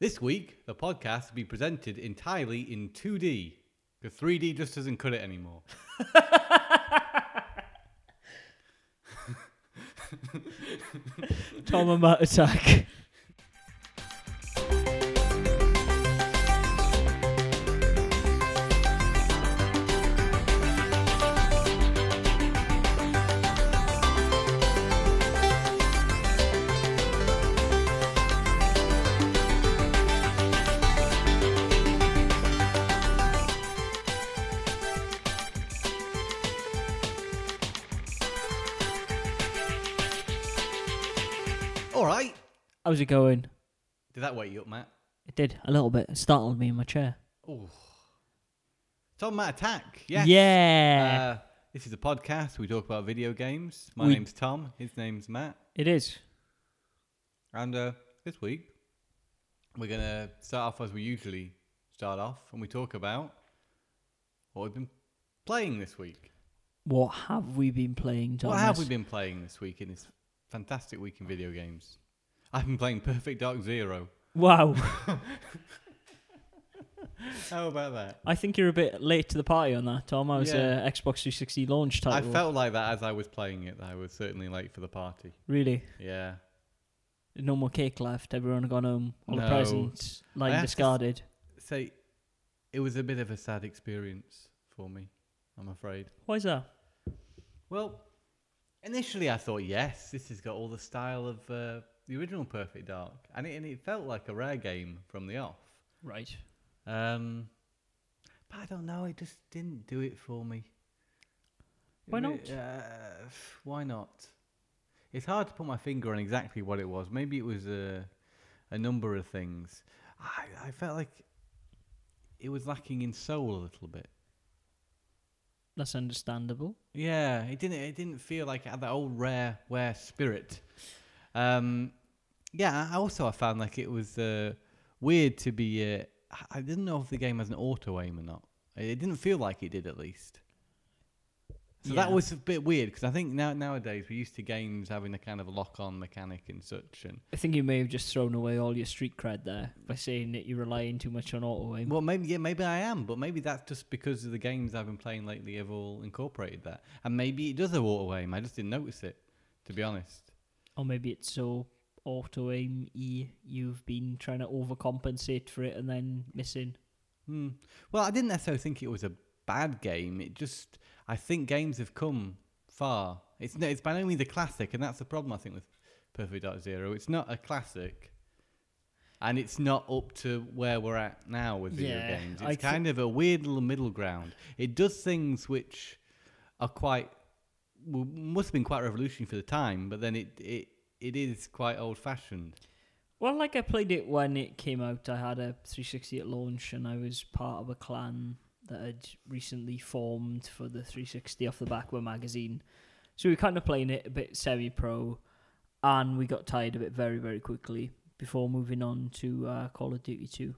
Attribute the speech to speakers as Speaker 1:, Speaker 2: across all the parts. Speaker 1: This week, the podcast will be presented entirely in 2D. The 3D just doesn't cut it anymore.
Speaker 2: Tom and Matt attack.
Speaker 1: All right.
Speaker 2: How's it going?
Speaker 1: Did that wake you up, Matt?
Speaker 2: It did a little bit. It startled me in my chair.
Speaker 1: Oh. Tom Matt Attack. Yes. Uh,
Speaker 2: Yeah.
Speaker 1: this is a podcast. We talk about video games. My
Speaker 2: We-
Speaker 1: name's Tom. His name's Matt.
Speaker 2: it is.
Speaker 1: And uh, this week, we're going to start off as we usually start off and we talk about what we've been playing this week.
Speaker 2: What have we been playing, Thomas?
Speaker 1: What have we been playing this week in this fantastic week in video games? I've been playing Perfect Dark Zero.
Speaker 2: Wow.
Speaker 1: How about that?
Speaker 2: I think you're a bit late to the party on that, Tom. I was
Speaker 1: Yeah.
Speaker 2: uh, Xbox 360 launch
Speaker 1: I
Speaker 2: title.
Speaker 1: felt like that as I was playing it. that I was certainly late for the party.
Speaker 2: really
Speaker 1: Yeah.
Speaker 2: no more cake left. Everyone had gone home. All
Speaker 1: No.
Speaker 2: the presents
Speaker 1: I
Speaker 2: lying
Speaker 1: have to s-
Speaker 2: discarded.
Speaker 1: So it was a bit of a sad experience for me, I'm afraid.
Speaker 2: Why is that?
Speaker 1: Well, initially I thought, yes, this has got all the style of uh, the original Perfect Dark, and it, and it felt like a rare game from the off.
Speaker 2: Right.
Speaker 1: Um, but I don't know. It just didn't do it for me.
Speaker 2: Why
Speaker 1: It re-
Speaker 2: not?
Speaker 1: uh, why not? It's hard to put my finger on exactly what it was. Maybe it was a, a number of things. I, I felt like it was lacking in soul a little bit.
Speaker 2: That's understandable.
Speaker 1: Yeah, it didn't. It didn't feel like it had that old rare, rare spirit. Um, yeah. I also, I found like it was uh, weird to be. Uh, I- I didn't know if the game has an auto aim or not. It didn't feel like it did, at least. So that
Speaker 2: Yeah.
Speaker 1: was a bit weird because I think now nowadays we're used to games having a kind of lock-on mechanic and such. And
Speaker 2: I think you may have just thrown away all your street cred there by saying that you're relying too much on auto aim.
Speaker 1: well, maybe yeah, maybe I am, but maybe that's just because of the games I've been playing lately have all incorporated that, and maybe it does have auto aim. I just didn't notice it, to be honest.
Speaker 2: Or maybe it's so auto aim y you've been trying to overcompensate for it and then missing.
Speaker 1: Hmm. Well, I didn't necessarily think it was a bad game. It just, I think games have come far. It's no, it's by no means a classic, and that's the problem I think with Perfect Dark Zero. It's not a classic, and it's not up to where we're at now with video
Speaker 2: Yeah,
Speaker 1: games. It's
Speaker 2: I thi-
Speaker 1: kind of a weird little middle ground. It does things which are quite w- must have been quite revolutionary for the time, but then it it it is quite old fashioned.
Speaker 2: Well, like I played it when it came out. I had a 360 at launch and I was part of a clan that had recently formed for the 360 off the back of a magazine. So we were kind of playing it a bit semi pro and we got tired of it very, very quickly before moving on to uh, Call of Duty 2.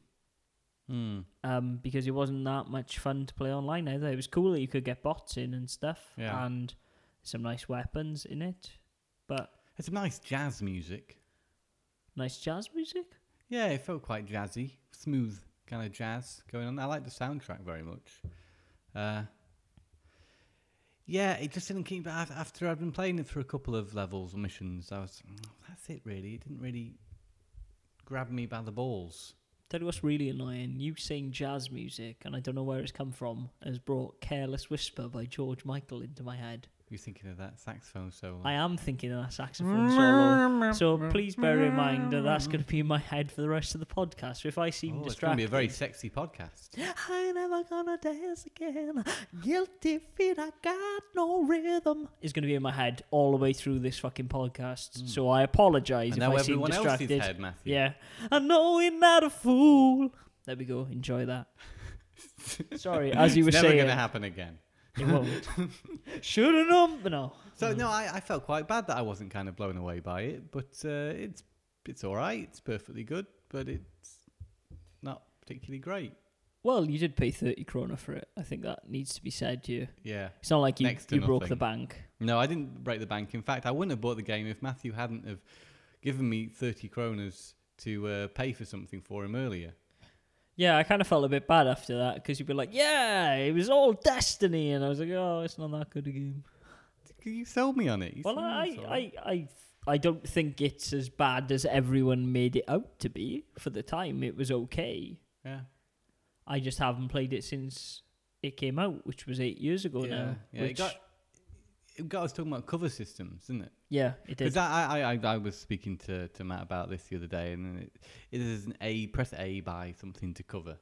Speaker 1: Hmm.
Speaker 2: um, because it wasn't that much fun to play online either. It was cool that you could get bots in and stuff,
Speaker 1: Yeah.
Speaker 2: and some nice weapons in it, but
Speaker 1: It's nice jazz music.
Speaker 2: nice jazz music.
Speaker 1: Yeah, it felt quite jazzy, smooth kind of jazz going on. I like the soundtrack very much. Uh, yeah, it just didn't keep. af- After I'd been playing it through a couple of levels or missions, I was "Mm, that's it really. It didn't really grab me by the balls.
Speaker 2: Tell you what's really annoying. You saying jazz music, and I don't know where it's come from, has brought "Careless Whisper" by George Michael into my head.
Speaker 1: You're thinking of that saxophone solo.
Speaker 2: I am thinking of that saxophone solo. So please bear in mind that that's going to be in my head for the rest of the podcast. So if I seem
Speaker 1: Oh, it's going to
Speaker 2: distracted,
Speaker 1: be a very sexy podcast.
Speaker 2: I ain't never gonna dance again. Guilty feet, I got no rhythm. Is gonna be in my head all the way through this fucking podcast. So I apologize
Speaker 1: Hmm. And
Speaker 2: if
Speaker 1: now
Speaker 2: I seem
Speaker 1: everyone else's
Speaker 2: distracted.
Speaker 1: head, Matthew.
Speaker 2: Yeah, I know you're not a fool. There we go. Enjoy that. Sorry, as you were
Speaker 1: it's never
Speaker 2: saying,
Speaker 1: going to happen again.
Speaker 2: it won't. Should've known. but No,
Speaker 1: So no, I, I felt quite bad that I wasn't kind of blown away by it, but uh, it's it's all right. It's perfectly good, but it's not particularly great.
Speaker 2: well, you did pay thirty krona for it. I think that needs to be said to you.
Speaker 1: Yeah.
Speaker 2: It's not like you,
Speaker 1: Next to
Speaker 2: you broke the
Speaker 1: nothing.
Speaker 2: bank.
Speaker 1: No, I didn't break the bank. In fact, I wouldn't have bought the game if Matthew hadn't have given me thirty kronas to uh, pay for something for him earlier.
Speaker 2: Yeah, I kind of felt a bit bad after that because you'd be like, "Yeah, it was all destiny," and I was like, "Oh, it's not that good a game."
Speaker 1: You sold me on it. You
Speaker 2: Well,
Speaker 1: sold me
Speaker 2: I,
Speaker 1: on it.
Speaker 2: I, I, I don't think it's as bad as everyone made it out to be. For the time, it was okay.
Speaker 1: yeah,
Speaker 2: I just haven't played it since it came out, which was eight years ago
Speaker 1: yeah,
Speaker 2: now.
Speaker 1: yeah. It
Speaker 2: which-
Speaker 1: got it got us talking about cover systems, didn't it?
Speaker 2: yeah, it did.
Speaker 1: Because I, I, I, I was speaking to, to Matt about this the other day, and it, it is an A press A by something to cover.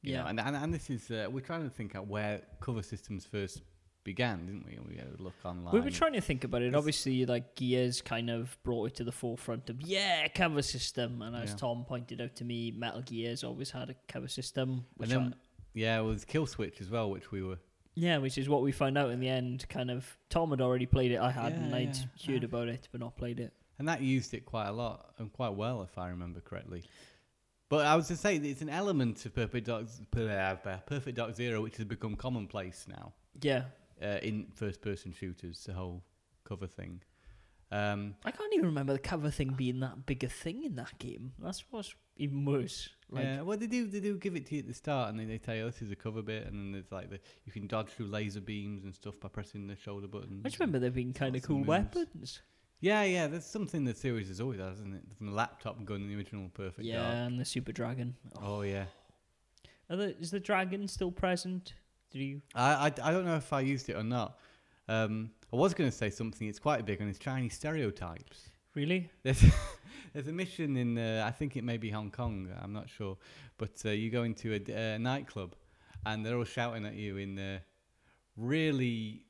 Speaker 1: You
Speaker 2: yeah,
Speaker 1: know, and, and and this is uh, we're trying to think out where cover systems first began, didn't we? We had a look online.
Speaker 2: we were trying to think about it.
Speaker 1: It's-
Speaker 2: Obviously, like Gears kind of brought it to the forefront of yeah, cover system. And as
Speaker 1: Yeah.
Speaker 2: Tom pointed out to me, Metal Gears always had a cover system. Which
Speaker 1: and then
Speaker 2: I-
Speaker 1: yeah, it was Kill Switch as well, which we were.
Speaker 2: Yeah, which is what we found out in the end. Kind of, Tom had already played it. I had,
Speaker 1: Yeah,
Speaker 2: and I'd
Speaker 1: yeah,
Speaker 2: heard
Speaker 1: I-
Speaker 2: about it, but not played it.
Speaker 1: and that used it quite a lot and quite well, if I remember correctly. But I was to say that it's an element of Perfect Dark, uh, Perfect Dark Zero, which has become commonplace now
Speaker 2: Yeah,
Speaker 1: uh, in first-person shooters. The whole cover thing. Um,
Speaker 2: I can't even remember the cover thing being that big a thing in that game. That's what's even worse. Like,
Speaker 1: yeah, well, they do they do give it to you at the start, and then they tell you "Oh, this is a cover bit, and then there's like the you can dodge through laser beams and stuff by pressing the shoulder button.
Speaker 2: I just remember there being kind of
Speaker 1: Lots of
Speaker 2: cool
Speaker 1: moves.
Speaker 2: weapons.
Speaker 1: Yeah, yeah, that's something the series has always had, isn't it? From the laptop gun in the original Perfect
Speaker 2: yeah,
Speaker 1: Dark.
Speaker 2: and the super dragon. Oh.
Speaker 1: Oh yeah.
Speaker 2: Are the, is the dragon still present? Do you?
Speaker 1: I, I, I don't know if I used it or not. Um, I was going to say something. It's quite big on is Chinese stereotypes.
Speaker 2: Really?
Speaker 1: There's there's a mission in uh, I think it may be Hong Kong. I'm not sure, but uh, you go into a d- a nightclub, and they're all shouting at you in uh, really,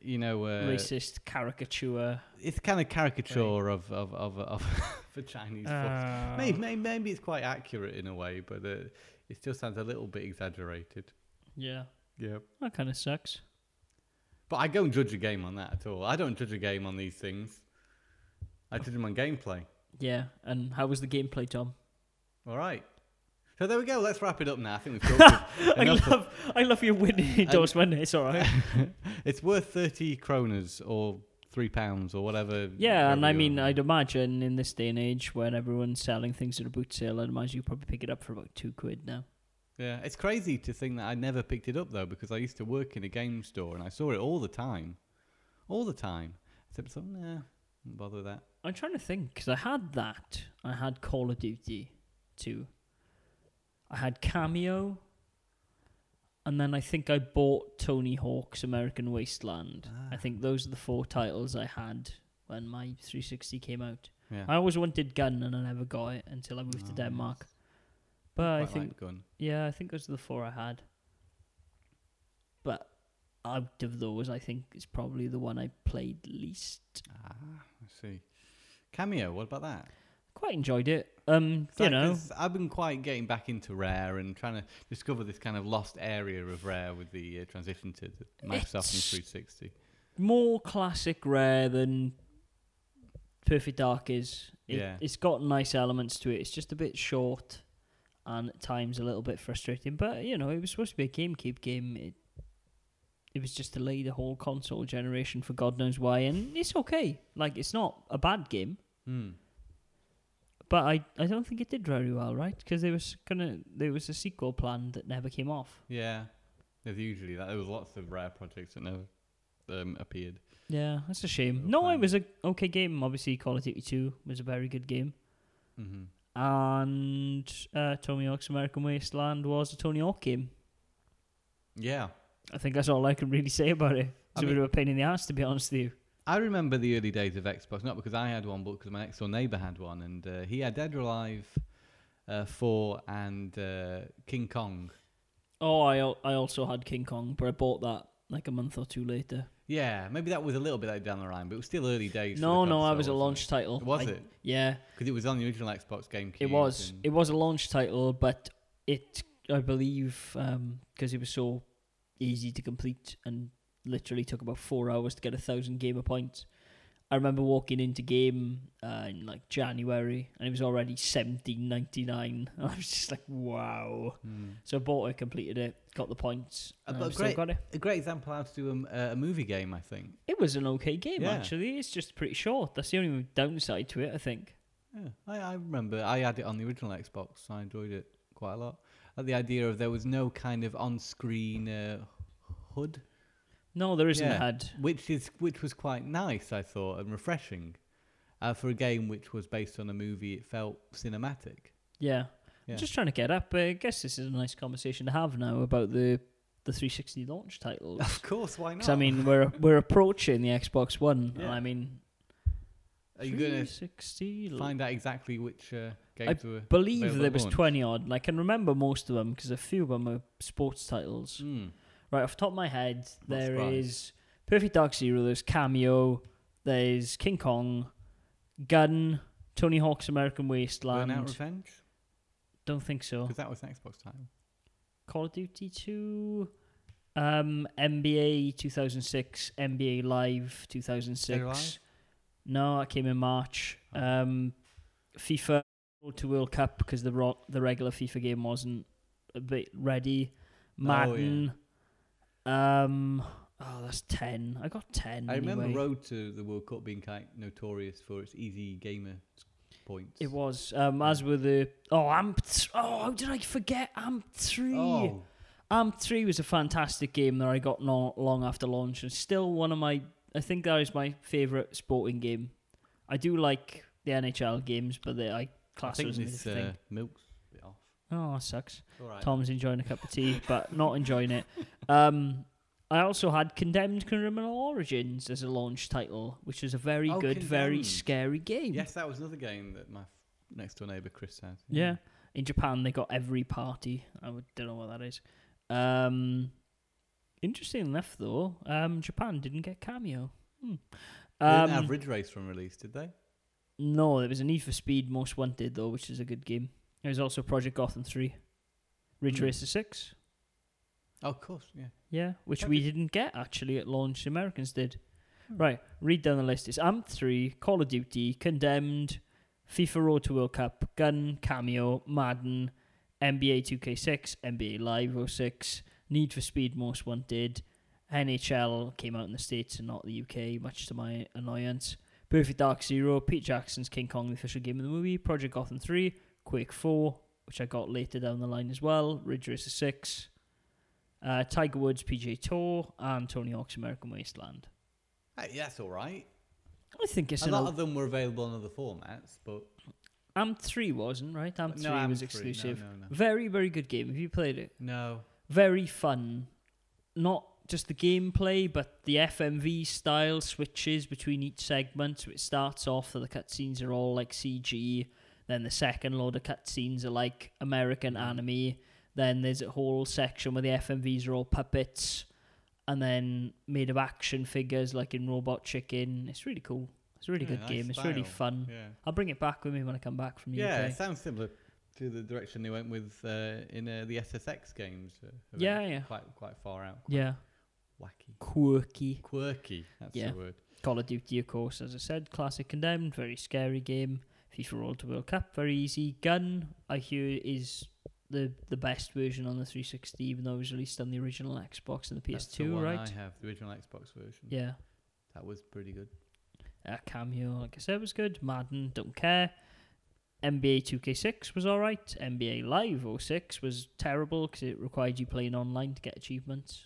Speaker 1: you know, uh,
Speaker 2: Racist caricature.
Speaker 1: it's kind of caricature of of of, of for Chinese.
Speaker 2: Ah.
Speaker 1: folks. Maybe, maybe maybe it's quite accurate in a way, but uh, it still sounds a little bit exaggerated.
Speaker 2: Yeah,
Speaker 1: Yeah.
Speaker 2: that kind of sucks.
Speaker 1: But I don't judge a game on that at all. I don't judge a game on these things. I judge them on gameplay.
Speaker 2: Yeah, and how was the gameplay, Tom?
Speaker 1: All right. So there we go. Let's wrap it up now. I think we've talked.
Speaker 2: I
Speaker 1: enough.
Speaker 2: love, I love your winning endorsement. It's all right.
Speaker 1: it's worth thirty kroners or three pounds or whatever.
Speaker 2: Yeah, and
Speaker 1: wherever
Speaker 2: I
Speaker 1: you
Speaker 2: mean,
Speaker 1: are.
Speaker 2: I'd imagine in this day and age when everyone's selling things at a boot sale, I'd imagine you probably pick it up for about two quid now.
Speaker 1: yeah, it's crazy to think that I never picked it up though because I used to work in a game store and I saw it all the time, all the time. Except I thought, nah, don't bother with that.
Speaker 2: I'm trying to think because I had that. I had Call of Duty 2. I had Cameo. And then I think I bought Tony Hawk's American Wasteland. I
Speaker 1: Ah.
Speaker 2: think those are the four titles I had when my 360 came out.
Speaker 1: Yeah.
Speaker 2: I always wanted Gun and I never got it until I moved to
Speaker 1: Oh,
Speaker 2: Denmark.
Speaker 1: yes.
Speaker 2: But I
Speaker 1: Quite like
Speaker 2: think
Speaker 1: gun.
Speaker 2: Yeah, I think those are the four I had. But out of those, I think it's probably the one I played least.
Speaker 1: Ah, I see. Cameo. What about that?
Speaker 2: Quite enjoyed it. Um, you
Speaker 1: Like,
Speaker 2: know,
Speaker 1: 'cause I've been quite getting back into Rare and trying to discover this kind of lost area of Rare with the uh, transition to the Microsoft
Speaker 2: It's-
Speaker 1: and 360.
Speaker 2: more classic rare than Perfect Dark is. It,
Speaker 1: Yeah.
Speaker 2: It's got nice elements to it. It's just a bit short and at times a little bit frustrating. But, you know, it was supposed to be a GameCube game. It, it was just delayed the whole console generation for God knows why. And it's okay. Like, it's not a bad game.
Speaker 1: Hmm.
Speaker 2: But I, I don't think it did very well, right? Because there was gonna there was a sequel planned that never came off.
Speaker 1: Yeah, there's usually that. There was lots of Rare projects that never um, appeared.
Speaker 2: Yeah, that's a shame.
Speaker 1: Sequel
Speaker 2: No, it
Speaker 1: planned.
Speaker 2: was a okay game. Obviously, Call of Duty Two was a very good game, Mm-hmm.
Speaker 1: hmm
Speaker 2: and uh, Tony Hawk's American Wasteland was a Tony Hawk game.
Speaker 1: Yeah,
Speaker 2: I think that's all I can really say about it.
Speaker 1: I
Speaker 2: It's a bit
Speaker 1: mean-
Speaker 2: of a pain in the ass, to be honest with you.
Speaker 1: I remember the early days of Xbox, not because I had one, but because my next door neighbor had one, and uh, he had Dead or Alive uh, Four and uh, King Kong.
Speaker 2: Oh, I al- I also had King Kong, but I bought that like a month or two later.
Speaker 1: Yeah, maybe that was a little bit later down the line, but it was still early days. for
Speaker 2: no,
Speaker 1: the
Speaker 2: no, I
Speaker 1: console,
Speaker 2: was a
Speaker 1: wasn't
Speaker 2: launch title.
Speaker 1: It? Was
Speaker 2: I-
Speaker 1: it?
Speaker 2: Yeah,
Speaker 1: Because it was on the original Xbox GameCube.
Speaker 2: It was.
Speaker 1: and-
Speaker 2: It was a launch title, but it, I believe, because it was so easy to complete and literally took about four hours to get a thousand gamer points. I remember walking into game uh, in like January, and it was already seventeen ninety nine. I was just like, "Wow!"
Speaker 1: Hmm.
Speaker 2: So I bought it, completed it, got the points,
Speaker 1: Uh,
Speaker 2: and
Speaker 1: but
Speaker 2: I've still
Speaker 1: great-
Speaker 2: got it.
Speaker 1: a great example of how to do a m- uh, a movie game, I think.
Speaker 2: It was an okay game,
Speaker 1: Yeah.
Speaker 2: actually. It's just pretty short. That's the only downside to it, I think.
Speaker 1: Yeah, I, I remember I had it on the original Xbox. And I enjoyed it quite a lot. Like the idea of there was no kind of on-screen uh, HUD,
Speaker 2: No, there isn't
Speaker 1: Yeah.
Speaker 2: a head.
Speaker 1: which is which was quite nice, I thought, and refreshing uh, for a game which was based on a movie. It felt cinematic.
Speaker 2: Yeah.
Speaker 1: Yeah.
Speaker 2: I'm just trying to get up. I guess this is a nice conversation to have now about the the 360 launch title.
Speaker 1: Of course, why not?
Speaker 2: Because I mean, we're we're approaching the Xbox One, and
Speaker 1: Yeah.
Speaker 2: I mean,
Speaker 1: Are you going
Speaker 2: 360
Speaker 1: to
Speaker 2: la-
Speaker 1: find out exactly which uh, games were?
Speaker 2: believe
Speaker 1: available
Speaker 2: there was
Speaker 1: launch?
Speaker 2: 20 odd, and I can remember most of them because a few of them are sports titles.
Speaker 1: Mm.
Speaker 2: Right off the top of my head,
Speaker 1: Not
Speaker 2: there
Speaker 1: surprised.
Speaker 2: is Perfect Dark Zero, there's Cameo, there's King Kong, Gun, Tony Hawk's American Wasteland.
Speaker 1: Burnout Revenge
Speaker 2: Don't think so.
Speaker 1: because that was an Xbox title.
Speaker 2: Call of Duty 2, um, NBA 2006, NBA Live 2006.
Speaker 1: Dead or Alive?
Speaker 2: No, that came in March.
Speaker 1: Oh.
Speaker 2: Um, FIFA World to World Cup because the ro- the regular FIFA game wasn't a bit ready.
Speaker 1: Oh,
Speaker 2: Madden. Um, oh, that's ten. I got ten.
Speaker 1: I remember
Speaker 2: anyway.
Speaker 1: Road to the World Cup being quite notorious for its easy gamer points.
Speaker 2: It was um, as were the oh Amped. Oh, how did I forget Amp Three?
Speaker 1: Oh,
Speaker 2: Amp 3 Um, was a fantastic game that I got not long after launch and still one of my I think that is my favorite sporting game. I do like the NHL games, but they I
Speaker 1: I
Speaker 2: class
Speaker 1: think
Speaker 2: those as
Speaker 1: this
Speaker 2: a
Speaker 1: uh,
Speaker 2: thing.
Speaker 1: milk's a bit off.
Speaker 2: Oh, that sucks.
Speaker 1: All right.
Speaker 2: Tom's enjoying a cup of tea, but not enjoying it. Um I also had Condemned Criminal Origins as a launch title, which is a very
Speaker 1: Oh,
Speaker 2: good, very
Speaker 1: Condemned.
Speaker 2: scary game.
Speaker 1: Yes, that was another game that my f- next door neighbour Chris had.
Speaker 2: Yeah. In Japan, they got every party. I would- don't know what that is. Um, interesting enough, though, um, Japan didn't get cameo. Hmm.
Speaker 1: They didn't have
Speaker 2: Um,
Speaker 1: Ridge Race from release, did they?
Speaker 2: no, there was a Need for Speed Most Wanted though, which is a good game. There was also Project Gotham Three, Ridge
Speaker 1: Hmm.
Speaker 2: Racer Six.
Speaker 1: Oh, of course, yeah.
Speaker 2: Yeah, which
Speaker 1: That
Speaker 2: we
Speaker 1: did-
Speaker 2: didn't get actually at launch. The Americans did.
Speaker 1: Hmm.
Speaker 2: Right, read down the list. It's AMP 3, Call of Duty, Condemned, FIFA Road to World Cup, Gun, Cameo, Madden, NBA 2K6, NBA Live 06, Need for Speed Most Wanted, NHL came out in the States and not the UK, much to my annoyance. Perfect Dark Zero, Pete Jackson's King Kong, the official game of the movie, Project Gotham 3, Quake 4, which I got later down the line as well, Ridge Racer 6, uh, Tiger Woods PJ Tour, and Tony Hawk's American Wasteland.
Speaker 1: Hey, yeah, that's all right.
Speaker 2: I think it's
Speaker 1: a
Speaker 2: an
Speaker 1: lot
Speaker 2: o-
Speaker 1: of them were available on other formats, but
Speaker 2: AMP3 wasn't, right? AMP3
Speaker 1: no, I'm
Speaker 2: was
Speaker 1: free.
Speaker 2: exclusive.
Speaker 1: No, no, no.
Speaker 2: Very, very good game. Have you played it?
Speaker 1: no.
Speaker 2: Very fun. Not just the gameplay, but the FMV style switches between each segment. So it starts off that the cutscenes are all like CG, then the second load of cutscenes are like
Speaker 1: Mm.
Speaker 2: American anime, then there's a whole section where the FMVs are all puppets, and then made of action figures like in Robot Chicken. It's really cool. It's a really
Speaker 1: Yeah,
Speaker 2: good
Speaker 1: nice
Speaker 2: game. It's really
Speaker 1: style.
Speaker 2: fun.
Speaker 1: Yeah.
Speaker 2: I'll bring it back with me when I come back from the
Speaker 1: Yeah,
Speaker 2: UK.
Speaker 1: it sounds similar to the direction they went with uh, in uh, the SSX games. Uh, who are
Speaker 2: Yeah, yeah.
Speaker 1: Quite, quite far out. Quite
Speaker 2: Yeah.
Speaker 1: Wacky.
Speaker 2: Quirky.
Speaker 1: Quirky. That's
Speaker 2: Yeah.
Speaker 1: the word.
Speaker 2: Call of Duty, of course, as I said, classic condemned, very scary game. FIFA World to World Cup, very easy. Gun, I hear, is the the best version on the 360, even though it was released on the original Xbox and the
Speaker 1: That's the
Speaker 2: PS2,
Speaker 1: one
Speaker 2: right?
Speaker 1: I have the original Xbox version.
Speaker 2: Yeah.
Speaker 1: That was pretty good.
Speaker 2: Uh, cameo, like I said, was good. Madden, don't care. NBA 2K6 was alright. NBA Live 06 was terrible because it required you playing online to get achievements.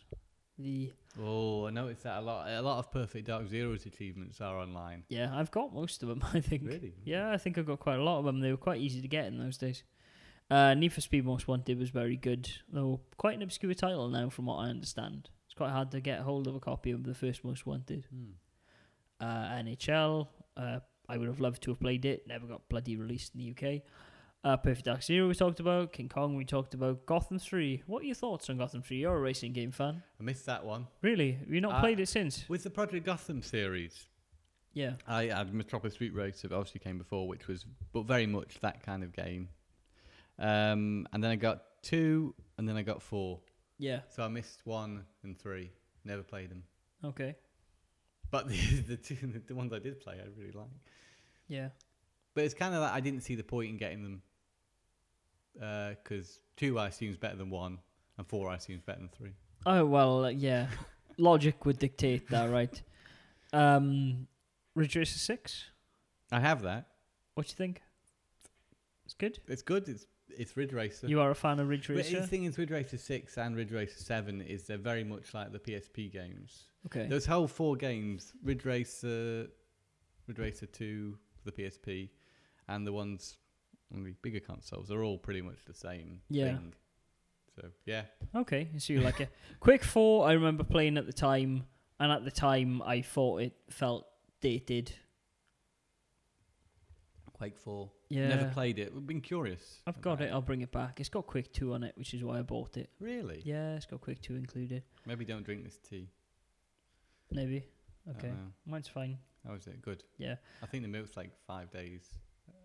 Speaker 2: The
Speaker 1: Oh, I noticed that a lot. A lot of Perfect Dark Zero's achievements are online.
Speaker 2: Yeah, I've got most of them, I think.
Speaker 1: Really?
Speaker 2: Yeah, I think I've got quite a lot of them. They were quite easy to get in those days. Uh, Need for Speed Most Wanted was very good, though quite an obscure title now, from what I understand. It's quite hard to get hold of a copy of the first Most Wanted.
Speaker 1: Hmm.
Speaker 2: Uh, NHL, uh, I would have loved to have played it, never got bloody released in the UK. Uh, Perfect Dark Zero we talked about, King Kong we talked about, Gotham 3. What are your thoughts on Gotham 3? You're a racing game fan.
Speaker 1: I missed that one
Speaker 2: Really? Have you not
Speaker 1: Uh,
Speaker 2: played it since?
Speaker 1: with the Project Gotham series.
Speaker 2: Yeah.
Speaker 1: I had Metropolis Street Racer, that obviously came before, which was but very much that kind of game. Um, and then I got two, and then I got four.
Speaker 2: Yeah.
Speaker 1: So I missed one and three. Never played them.
Speaker 2: Okay.
Speaker 1: But the the, two, the ones I did play, I really like.
Speaker 2: Yeah.
Speaker 1: But it's kind of like I didn't see the point in getting them because two I assume is better than one, and four I assume is better than three.
Speaker 2: Oh well, yeah. Logic would dictate that, right? Um, Ridge Racer Six.
Speaker 1: I have that.
Speaker 2: What do you think? It's good.
Speaker 1: It's good. It's it's Ridge Racer.
Speaker 2: You are a fan of Ridge
Speaker 1: but the
Speaker 2: Racer.
Speaker 1: thing is, Ridge Racer Six and Ridge Racer Seven is they're very much like the PSP games.
Speaker 2: Okay.
Speaker 1: Those whole four games, Ridge Racer, Ridge Racer Two for the PSP, and the ones on the bigger consoles, are all pretty much the same
Speaker 2: Yeah.
Speaker 1: thing. So yeah,
Speaker 2: Okay, so you like it. Quake Four, I remember playing at the time, and at the time I thought it felt dated.
Speaker 1: Quake Four.
Speaker 2: Yeah,
Speaker 1: Never played it. We've been curious.
Speaker 2: I've got
Speaker 1: about
Speaker 2: it. I'll bring it back. It's got Quake Two on it, which is why I bought it.
Speaker 1: Really?
Speaker 2: Yeah, it's got Quake Two included.
Speaker 1: Maybe don't drink this tea.
Speaker 2: Maybe
Speaker 1: I don't
Speaker 2: Okay.
Speaker 1: know.
Speaker 2: mine's fine.
Speaker 1: How is it? Good.
Speaker 2: Yeah.
Speaker 1: I think the milk's like five days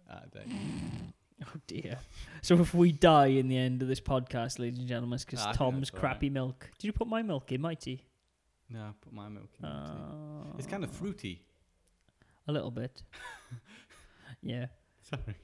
Speaker 1: out of date.
Speaker 2: Oh dear. So if we die in the end of this podcast, ladies and gentlemen, because
Speaker 1: Ah, I think
Speaker 2: Tom's
Speaker 1: that's all
Speaker 2: crappy milk. Did you put my milk in, Mighty?
Speaker 1: No, I put my milk in. the tea.
Speaker 2: Uh,
Speaker 1: It's kind of fruity.
Speaker 2: a little bit. yeah.
Speaker 1: Sorry.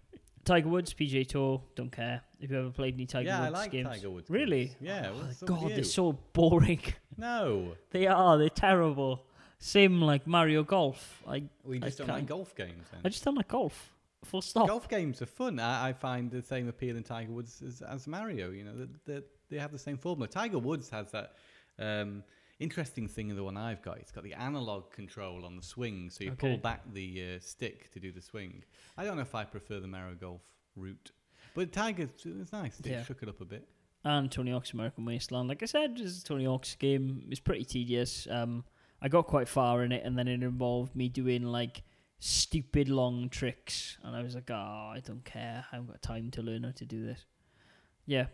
Speaker 2: Tiger Woods, PJ Tour, don't care. Have you ever played any Tiger
Speaker 1: yeah,
Speaker 2: Woods
Speaker 1: I like
Speaker 2: games?
Speaker 1: Tiger Woods.
Speaker 2: Really?
Speaker 1: games. Yeah.
Speaker 2: Oh,
Speaker 1: what's up with
Speaker 2: God,
Speaker 1: you?
Speaker 2: they're so boring.
Speaker 1: No,
Speaker 2: they are. They're terrible. Same like Mario Golf. I
Speaker 1: we
Speaker 2: I
Speaker 1: just don't like
Speaker 2: can't-
Speaker 1: golf games. Then.
Speaker 2: I just don't like golf. Full stop.
Speaker 1: Golf games are fun. I, I find the same appeal in Tiger Woods as, as Mario. You know, that that they have the same formula. Tiger Woods has that um, interesting thing in the one I've got. It's got the analog control on the swing, so you pull
Speaker 2: Okay.
Speaker 1: back the uh, stick to do the swing. I don't know if I prefer the Mario Golf route, but Tiger it's nice. They
Speaker 2: Yeah.
Speaker 1: shook it up a bit.
Speaker 2: And Tony Hawk's American Wasteland. Like I said, this is Tony Hawk's game. It's pretty tedious. Um, I got quite far in it, and then it involved me doing like stupid long tricks, and I was like, oh, I don't care. I haven't got time to learn how to do this. Yeah,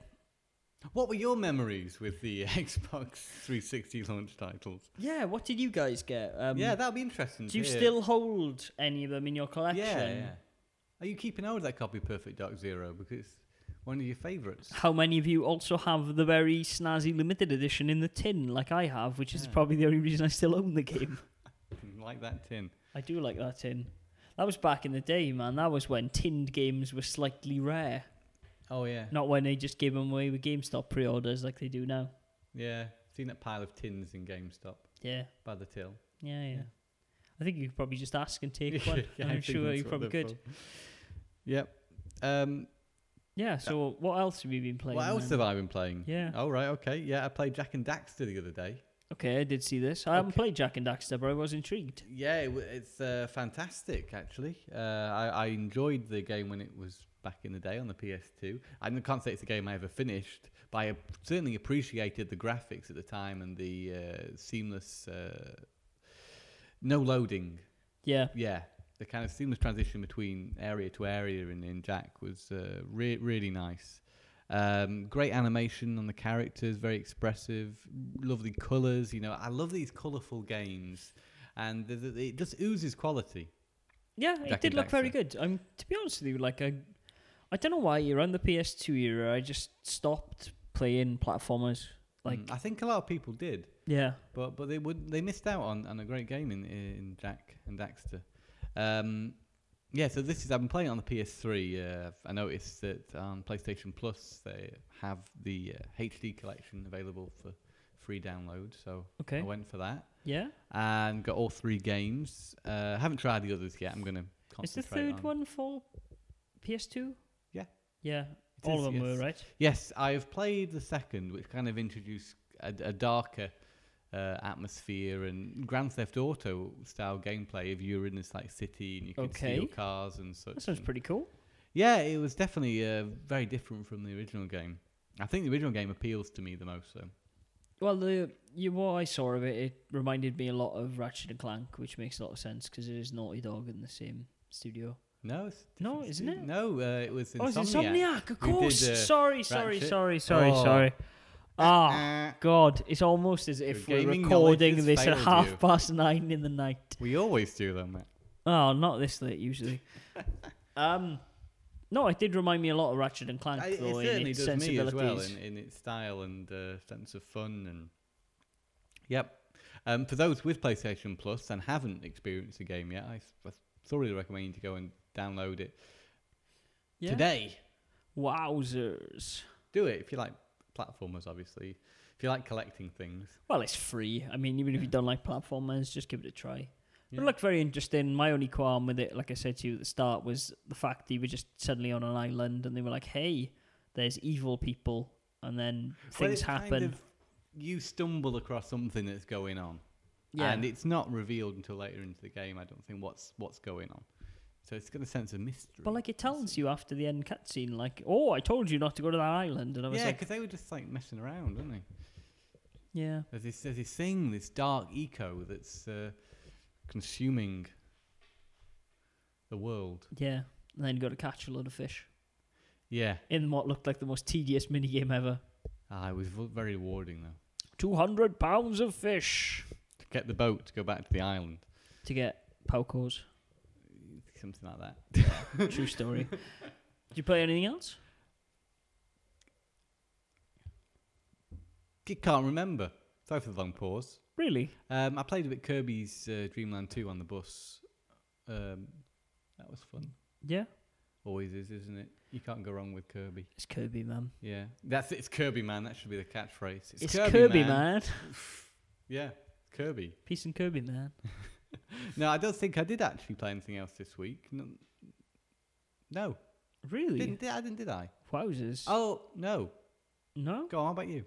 Speaker 1: What were your memories with the Xbox 360 launch titles?
Speaker 2: yeah. What did you guys get? Um,
Speaker 1: yeah, that'll be interesting.
Speaker 2: Do you
Speaker 1: to hear.
Speaker 2: still hold any of them in your
Speaker 1: Yeah,
Speaker 2: collection?
Speaker 1: yeah. Are you keeping hold of that copy of Perfect Dark Zero because it's one of your favourites?
Speaker 2: How many of you also have the very snazzy limited edition in the tin, like I have, which is
Speaker 1: Yeah.
Speaker 2: probably the only reason I still own the game?
Speaker 1: like that tin.
Speaker 2: I do like that tin. That was back in the day, man. That was when tinned games were slightly rare,
Speaker 1: Oh yeah,
Speaker 2: not when they just gave them away with GameStop pre-orders like they do now.
Speaker 1: yeah. Seen that pile of tins in GameStop
Speaker 2: Yeah,
Speaker 1: by the till.
Speaker 2: yeah, yeah.
Speaker 1: Yeah.
Speaker 2: I think you could probably just ask and take one.
Speaker 1: Yeah,
Speaker 2: and
Speaker 1: I
Speaker 2: I'm
Speaker 1: think
Speaker 2: sure
Speaker 1: that's
Speaker 2: you
Speaker 1: what
Speaker 2: probably
Speaker 1: they're
Speaker 2: could.
Speaker 1: for. Yep. Um,
Speaker 2: Yeah. So what else have you been playing?
Speaker 1: what else
Speaker 2: then?
Speaker 1: have I been playing?
Speaker 2: Yeah.
Speaker 1: Oh right, okay. Yeah, I played Jack and Daxter the other day.
Speaker 2: Okay, I did see this. I haven't
Speaker 1: Okay.
Speaker 2: played Jack and Daxter, but I was intrigued.
Speaker 1: Yeah, it, w- it's uh, fantastic actually. Uh, I, I enjoyed the game when it was back in the day on the PS2. I can't say it's a game I ever finished, but I ap- certainly appreciated the graphics at the time and the uh, seamless, uh, no loading
Speaker 2: Yeah.
Speaker 1: yeah, the kind of seamless transition between area to area in, in Jack was uh, re- really nice. Um, great animation on the characters, very expressive, lovely colours. You know, I love these colourful games, and th- th- it just oozes quality.
Speaker 2: Yeah, it
Speaker 1: Jack
Speaker 2: did
Speaker 1: and
Speaker 2: look very
Speaker 1: Daxter.
Speaker 2: good. I'm to be honest with you, like I, I don't know why around the PS2 era, I just stopped playing platformers. Like,
Speaker 1: Mm, I think a lot of people did,
Speaker 2: yeah,
Speaker 1: but but they would they missed out on, on a great game in in Jack and Daxter. Um, yeah, so this is I've been playing it on the PS3. Uh, I noticed that on PlayStation Plus they have the uh, HD collection available for free download, so
Speaker 2: okay,
Speaker 1: I went for that
Speaker 2: yeah.
Speaker 1: and got all three games. Uh, haven't tried the others yet. I'm going to
Speaker 2: Is the
Speaker 1: concentrate
Speaker 2: third
Speaker 1: on.
Speaker 2: one for PS2?
Speaker 1: Yeah.
Speaker 2: yeah.
Speaker 1: It
Speaker 2: All
Speaker 1: is,
Speaker 2: of them
Speaker 1: yes.
Speaker 2: were right.
Speaker 1: Yes, I have played the second, which kind of introduced a, a darker uh, atmosphere and Grand Theft Auto style gameplay. If you're in this like city and you can
Speaker 2: Okay.
Speaker 1: steal cars and such.
Speaker 2: That sounds
Speaker 1: and-
Speaker 2: pretty cool.
Speaker 1: Yeah, it was definitely uh, very different from the original game. I think the original game appeals to me the most, though.
Speaker 2: Well, the you what I saw of it, it reminded me a lot of Ratchet and Clank, which makes a lot of sense because it is Naughty Dog in the same studio.
Speaker 1: No, it's a
Speaker 2: No,
Speaker 1: different
Speaker 2: isn't
Speaker 1: studio.
Speaker 2: it?
Speaker 1: No, uh, it was Insomniac.
Speaker 2: Oh, it's Insomniac, of
Speaker 1: who did,
Speaker 2: course.
Speaker 1: uh,
Speaker 2: sorry, sorry,
Speaker 1: Ratchet.
Speaker 2: sorry, sorry,
Speaker 1: Oh.
Speaker 2: sorry. Ah.
Speaker 1: Uh,
Speaker 2: God, it's almost as if
Speaker 1: Your
Speaker 2: we're
Speaker 1: gaming knowledge
Speaker 2: recording
Speaker 1: has
Speaker 2: this at
Speaker 1: failed
Speaker 2: half
Speaker 1: you.
Speaker 2: past nine in the night.
Speaker 1: we always do them. Matt.
Speaker 2: Oh, not this late usually. um, no, it did remind me a lot of Ratchet and Clank,
Speaker 1: I- it
Speaker 2: though, in
Speaker 1: certainly
Speaker 2: its
Speaker 1: does me as
Speaker 2: sensibilities.
Speaker 1: well in, in its style and uh, sense of fun and yep um, for those with playstation plus and haven't experienced the game yet i, s- I thoroughly recommend you to go and download it
Speaker 2: Yeah.
Speaker 1: today
Speaker 2: Wowzers!
Speaker 1: do it if you like platformers obviously if you like collecting things
Speaker 2: Well, it's free. I mean, even if you don't like platformers, just give it a try. It looked very interesting. My only qualm with it, like I said to you at the start, was the fact that you were just suddenly on an island and they were like, "Hey, there's evil people," and then
Speaker 1: Well,
Speaker 2: things
Speaker 1: it's kind
Speaker 2: happen.
Speaker 1: of- you stumble across something that's going on,
Speaker 2: yeah,
Speaker 1: and it's not revealed until later into the game. I don't think what's what's going on. So it's got a sense of mystery.
Speaker 2: but like it tells you after the end cutscene, like, "Oh, I told you not to go to that island," and I was
Speaker 1: yeah,
Speaker 2: like,
Speaker 1: because they were just like messing around, weren't they?
Speaker 2: "Yeah,
Speaker 1: There's this there's this thing, this dark eco that's uh, consuming the world.
Speaker 2: yeah," and then you got to catch a lot of fish
Speaker 1: Yeah,
Speaker 2: in what looked like the most tedious minigame ever.
Speaker 1: ah, it was v- very rewarding though.
Speaker 2: Two hundred pounds of fish
Speaker 1: To get the boat to go back to the island,
Speaker 2: to get Pauco's.
Speaker 1: something like that.
Speaker 2: True story. Did you play anything else?
Speaker 1: You can't remember. Sorry for the long pause.
Speaker 2: Really?
Speaker 1: Um, I played a bit Kirby's uh, Dreamland 2 on the bus. Um, that was fun.
Speaker 2: Yeah,
Speaker 1: Always is, isn't it? You can't go wrong with Kirby.
Speaker 2: it's Kirby, man.
Speaker 1: Yeah, that's it's Kirby man. That should be the catchphrase.
Speaker 2: It's, Kirby, man.
Speaker 1: Yeah, Kirby.
Speaker 2: Peace and Kirby, man.
Speaker 1: No, I don't think I did actually play anything else this week. No, no.
Speaker 2: Really?
Speaker 1: didn't did, I didn't did I?
Speaker 2: Wowzers.
Speaker 1: Oh no.
Speaker 2: no?
Speaker 1: Go on. How about you?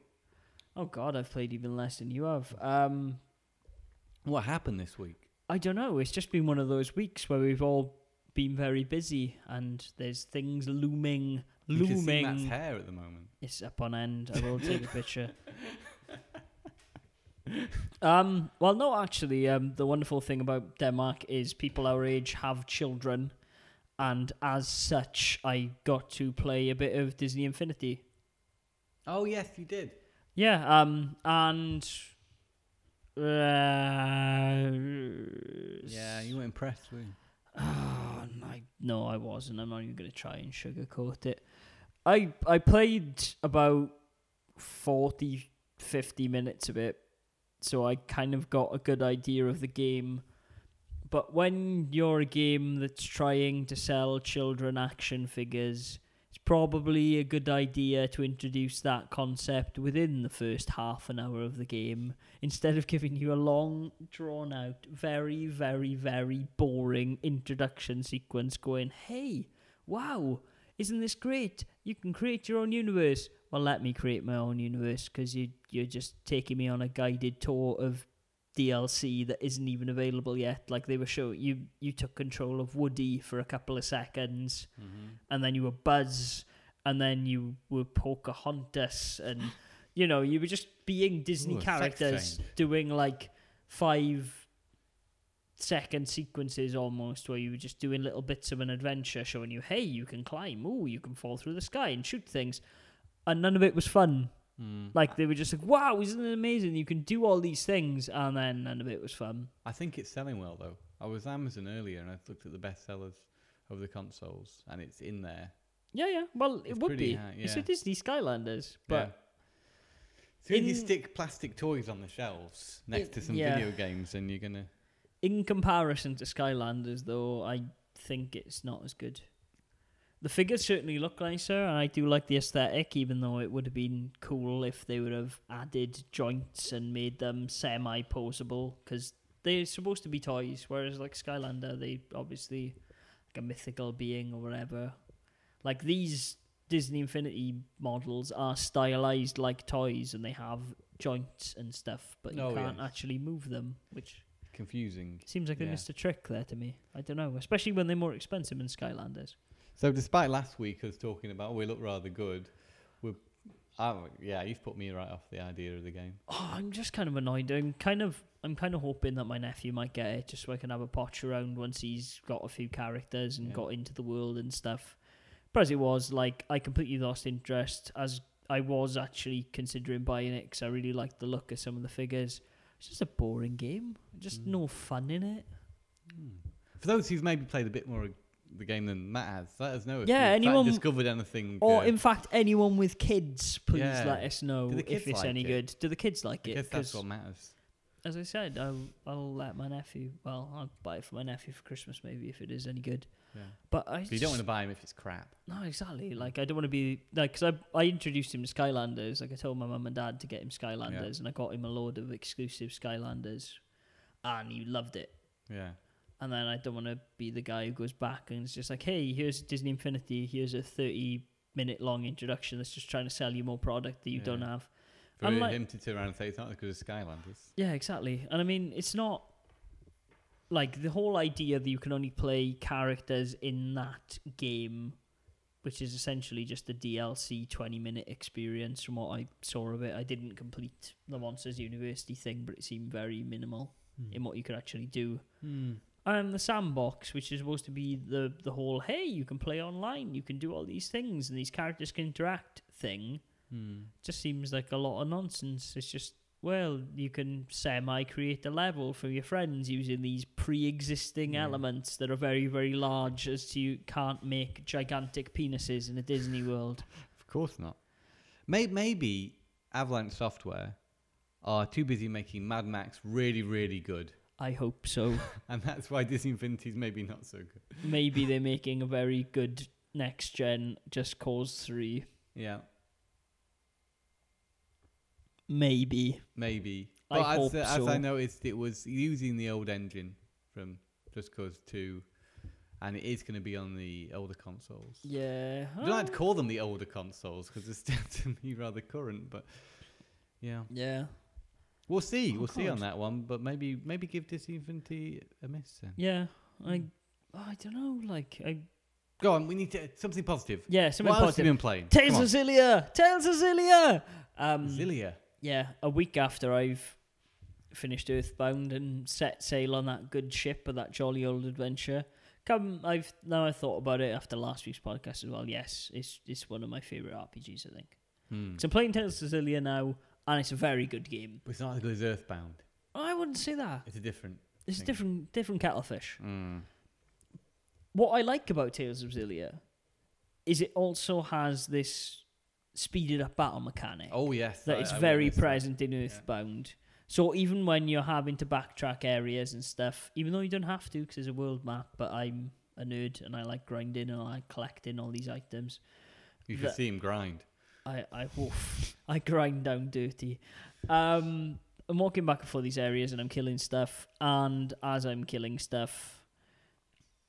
Speaker 2: Oh God, I've played even less than you have. Um,
Speaker 1: What happened this week?
Speaker 2: I don't know. It's just been one of those weeks where we've all been very busy, and there's things looming,
Speaker 1: You can see Matt's
Speaker 2: looming.
Speaker 1: hair at the moment.
Speaker 2: It's up on end. I will take a picture. um. Well, no, actually, um, the wonderful thing about Denmark is people our age have children, and as such, I got to play a bit of Disney Infinity.
Speaker 1: Oh yes, you did.
Speaker 2: Yeah, um, and uh,
Speaker 1: Yeah, you were impressed, were you?
Speaker 2: Oh, I, no, I wasn't. I'm not even gonna try and sugarcoat it. I I played about 40, 50 minutes of it, so I kind of got a good idea of the game. But when you're a game that's trying to sell children action figures, it's probably a good idea to introduce that concept within the first half an hour of the game instead of giving you a long, drawn out, very, very, very boring introduction sequence going, hey, wow, isn't this great? You can create your own universe. Well, let me create my own universe because you, you're just taking me on a guided tour of DLC that isn't even available yet. Like they were showing you, you took control of Woody for a couple of seconds
Speaker 1: Mm-hmm.
Speaker 2: and then you were Buzz, and then you were Pocahontas, and you know you were just being Disney
Speaker 1: Ooh, a sex
Speaker 2: characters
Speaker 1: change.
Speaker 2: doing like five second sequences almost where you were just doing little bits of an adventure showing you hey you can climb ooh you can fall through the sky and shoot things and none of it was fun
Speaker 1: Mm.
Speaker 2: like they were just like wow isn't it amazing you can do all these things and then none of it was fun
Speaker 1: I think it's selling well though. I was Amazon earlier and I looked at the best sellers of the consoles, and it's in there.
Speaker 2: yeah yeah well it
Speaker 1: It's
Speaker 2: would
Speaker 1: pretty
Speaker 2: be
Speaker 1: high,
Speaker 2: it's
Speaker 1: yeah.
Speaker 2: a disney skylanders but
Speaker 1: as soon as you
Speaker 2: in-
Speaker 1: stick plastic toys on the shelves next
Speaker 2: It-
Speaker 1: to some
Speaker 2: yeah.
Speaker 1: video games, and you're gonna
Speaker 2: in comparison to Skylanders, though, I think it's not as good. The figures certainly look nicer, and I do like the aesthetic, even though it would have been cool if they would have added joints and made them semi posable, because they're supposed to be toys, whereas, like, Skylander, they obviously like a mythical being or whatever. Like, these Disney Infinity models are stylized like toys, and they have joints and stuff, but you
Speaker 1: Oh,
Speaker 2: can't
Speaker 1: yes.
Speaker 2: actually move them, which
Speaker 1: confusing.
Speaker 2: Seems like they
Speaker 1: Yeah.
Speaker 2: missed a trick there to me. I don't know, especially when they're more expensive than Skylanders.
Speaker 1: So, despite last week us talking about, oh, we look rather good, we're, I, yeah, you've put me right off the idea of the game.
Speaker 2: Oh, I'm just kind of annoyed. I'm kind of, I'm kind of hoping that my nephew might get it, just so I can have a potch around once he's got a few characters and
Speaker 1: Yeah.
Speaker 2: got into the world and stuff. But as it was, like I completely lost interest as I was actually considering buying it because I really liked the look of some of the figures. It's just a boring game. Just
Speaker 1: Mm.
Speaker 2: no fun in it.
Speaker 1: Hmm. For those who've maybe played a bit more of the game than Matt has, let us know if
Speaker 2: Yeah,
Speaker 1: you've fa-
Speaker 2: anyone-
Speaker 1: discovered anything.
Speaker 2: Or
Speaker 1: uh,
Speaker 2: in fact, anyone with kids, please
Speaker 1: Yeah.
Speaker 2: let us know
Speaker 1: Do the
Speaker 2: if
Speaker 1: kids
Speaker 2: it's
Speaker 1: like
Speaker 2: any
Speaker 1: it?
Speaker 2: good. Do the kids like it?
Speaker 1: because that's
Speaker 2: 'Cause-
Speaker 1: what matters.
Speaker 2: As I said, I'll, I'll let my nephew. Well, I'll buy it for my nephew for Christmas, maybe if it is any good.
Speaker 1: Yeah.
Speaker 2: But I.
Speaker 1: But you don't want to buy them if it's crap.
Speaker 2: to. No, exactly. Like I don't want to be like because I I introduced him to Skylanders. Like I told my mum and dad to get him Skylanders, and I got him a load of exclusive Skylanders, and he loved it.
Speaker 1: Yeah.
Speaker 2: and then I don't want to be the guy who goes back and is just like, hey, here's Disney Infinity, here's a 30 minute long introduction that's just trying to sell you more product that you don't
Speaker 1: Yeah.
Speaker 2: have.
Speaker 1: For
Speaker 2: And, like-
Speaker 1: him to turn around and say it's not because of Skylanders.
Speaker 2: Yeah, exactly. And I mean, it's not like the whole idea that you can only play characters in that game, which is essentially just a DLC 20 minute experience from what I saw of it. I didn't complete the Monsters University thing, but it seemed very minimal
Speaker 1: Hmm.
Speaker 2: in what you could actually do. And the sandbox, which is supposed to be the the whole hey, you can play online, you can do all these things, and these characters can interact thing,
Speaker 1: Hmm.
Speaker 2: just seems like a lot of nonsense. It's just well, you can semi create a level for your friends using these pre existing
Speaker 1: Yeah.
Speaker 2: elements that are very, very large as to you can't make gigantic penises in a Disney world.
Speaker 1: Of course not. May- maybe Avalanche Software are too busy making Mad Max really, really good.
Speaker 2: I hope so.
Speaker 1: And that's why Disney Infinity's maybe not so good.
Speaker 2: Maybe they're making a very good next gen just cause three.
Speaker 1: Yeah,
Speaker 2: Maybe.
Speaker 1: maybe.
Speaker 2: I
Speaker 1: But as, uh,
Speaker 2: hope
Speaker 1: as
Speaker 2: so.
Speaker 1: I noticed, it was using the old engine from Just Cause 2, and it is going to be on the older consoles.
Speaker 2: Yeah.
Speaker 1: I don't like to call them the older consoles because they're still to me rather current, but yeah.
Speaker 2: Yeah.
Speaker 1: We'll see.
Speaker 2: Oh,
Speaker 1: we'll see on
Speaker 2: God.
Speaker 1: that one, but maybe maybe give Disney Infinity a miss then.
Speaker 2: Yeah, I, I don't know. Like, I,
Speaker 1: Go on, we need to, something positive.
Speaker 2: yeah, something
Speaker 1: what else have you
Speaker 2: positive.
Speaker 1: been playing?
Speaker 2: Tales
Speaker 1: Come
Speaker 2: of Zillia, Tales of Zillia. Um,
Speaker 1: on. Zillia.
Speaker 2: Yeah, a week after I've finished Earthbound and set sail on that good ship of that jolly old adventure. Come, I've now I thought about it after last week's podcast as well. Yes, it's it's one of my favorite RPGs. I think.
Speaker 1: Hmm.
Speaker 2: So I'm playing Tales of Zillia now, and it's a very good game.
Speaker 1: But it's not as good as Earthbound.
Speaker 2: I wouldn't say that.
Speaker 1: It's a different.
Speaker 2: It's a
Speaker 1: Thing.
Speaker 2: different different kettlefish.
Speaker 1: Mm.
Speaker 2: what I like about Tales of Zillia is it also has this speeded up battle mechanic
Speaker 1: Oh yes,
Speaker 2: that
Speaker 1: I-
Speaker 2: is
Speaker 1: I will
Speaker 2: very
Speaker 1: miss that.
Speaker 2: present in Earthbound. So even when you're having to backtrack areas and stuff, even though you don't have to because there's a world map, but I'm a nerd and I like grinding and I like collecting all these items.
Speaker 1: You should
Speaker 2: that-
Speaker 1: see him grind.
Speaker 2: I I woof, I grind down dirty. Um, I'm walking back and forth these areas and I'm killing stuff. And as I'm killing stuff,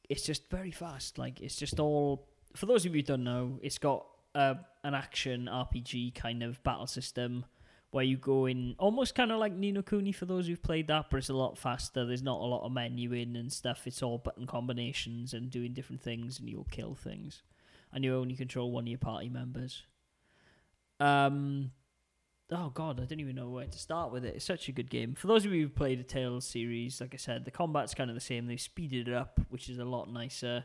Speaker 2: it's just very fast. Like it's just all. For those of you who don't know, it's got uh, an action RPG kind of battle system where you go in almost kind of like Nino Kuni for those who've played that, but it's a lot faster. There's not a lot of menuing and stuff. It's all button combinations and doing different things, and you'll kill things. And you only control one of your party members. Um, oh god, I don't even know where to start with it. It's such a good game. For those of you who've played the Tales series, like I said, the combat's kind of the same. They've speeded it up, which is a lot nicer.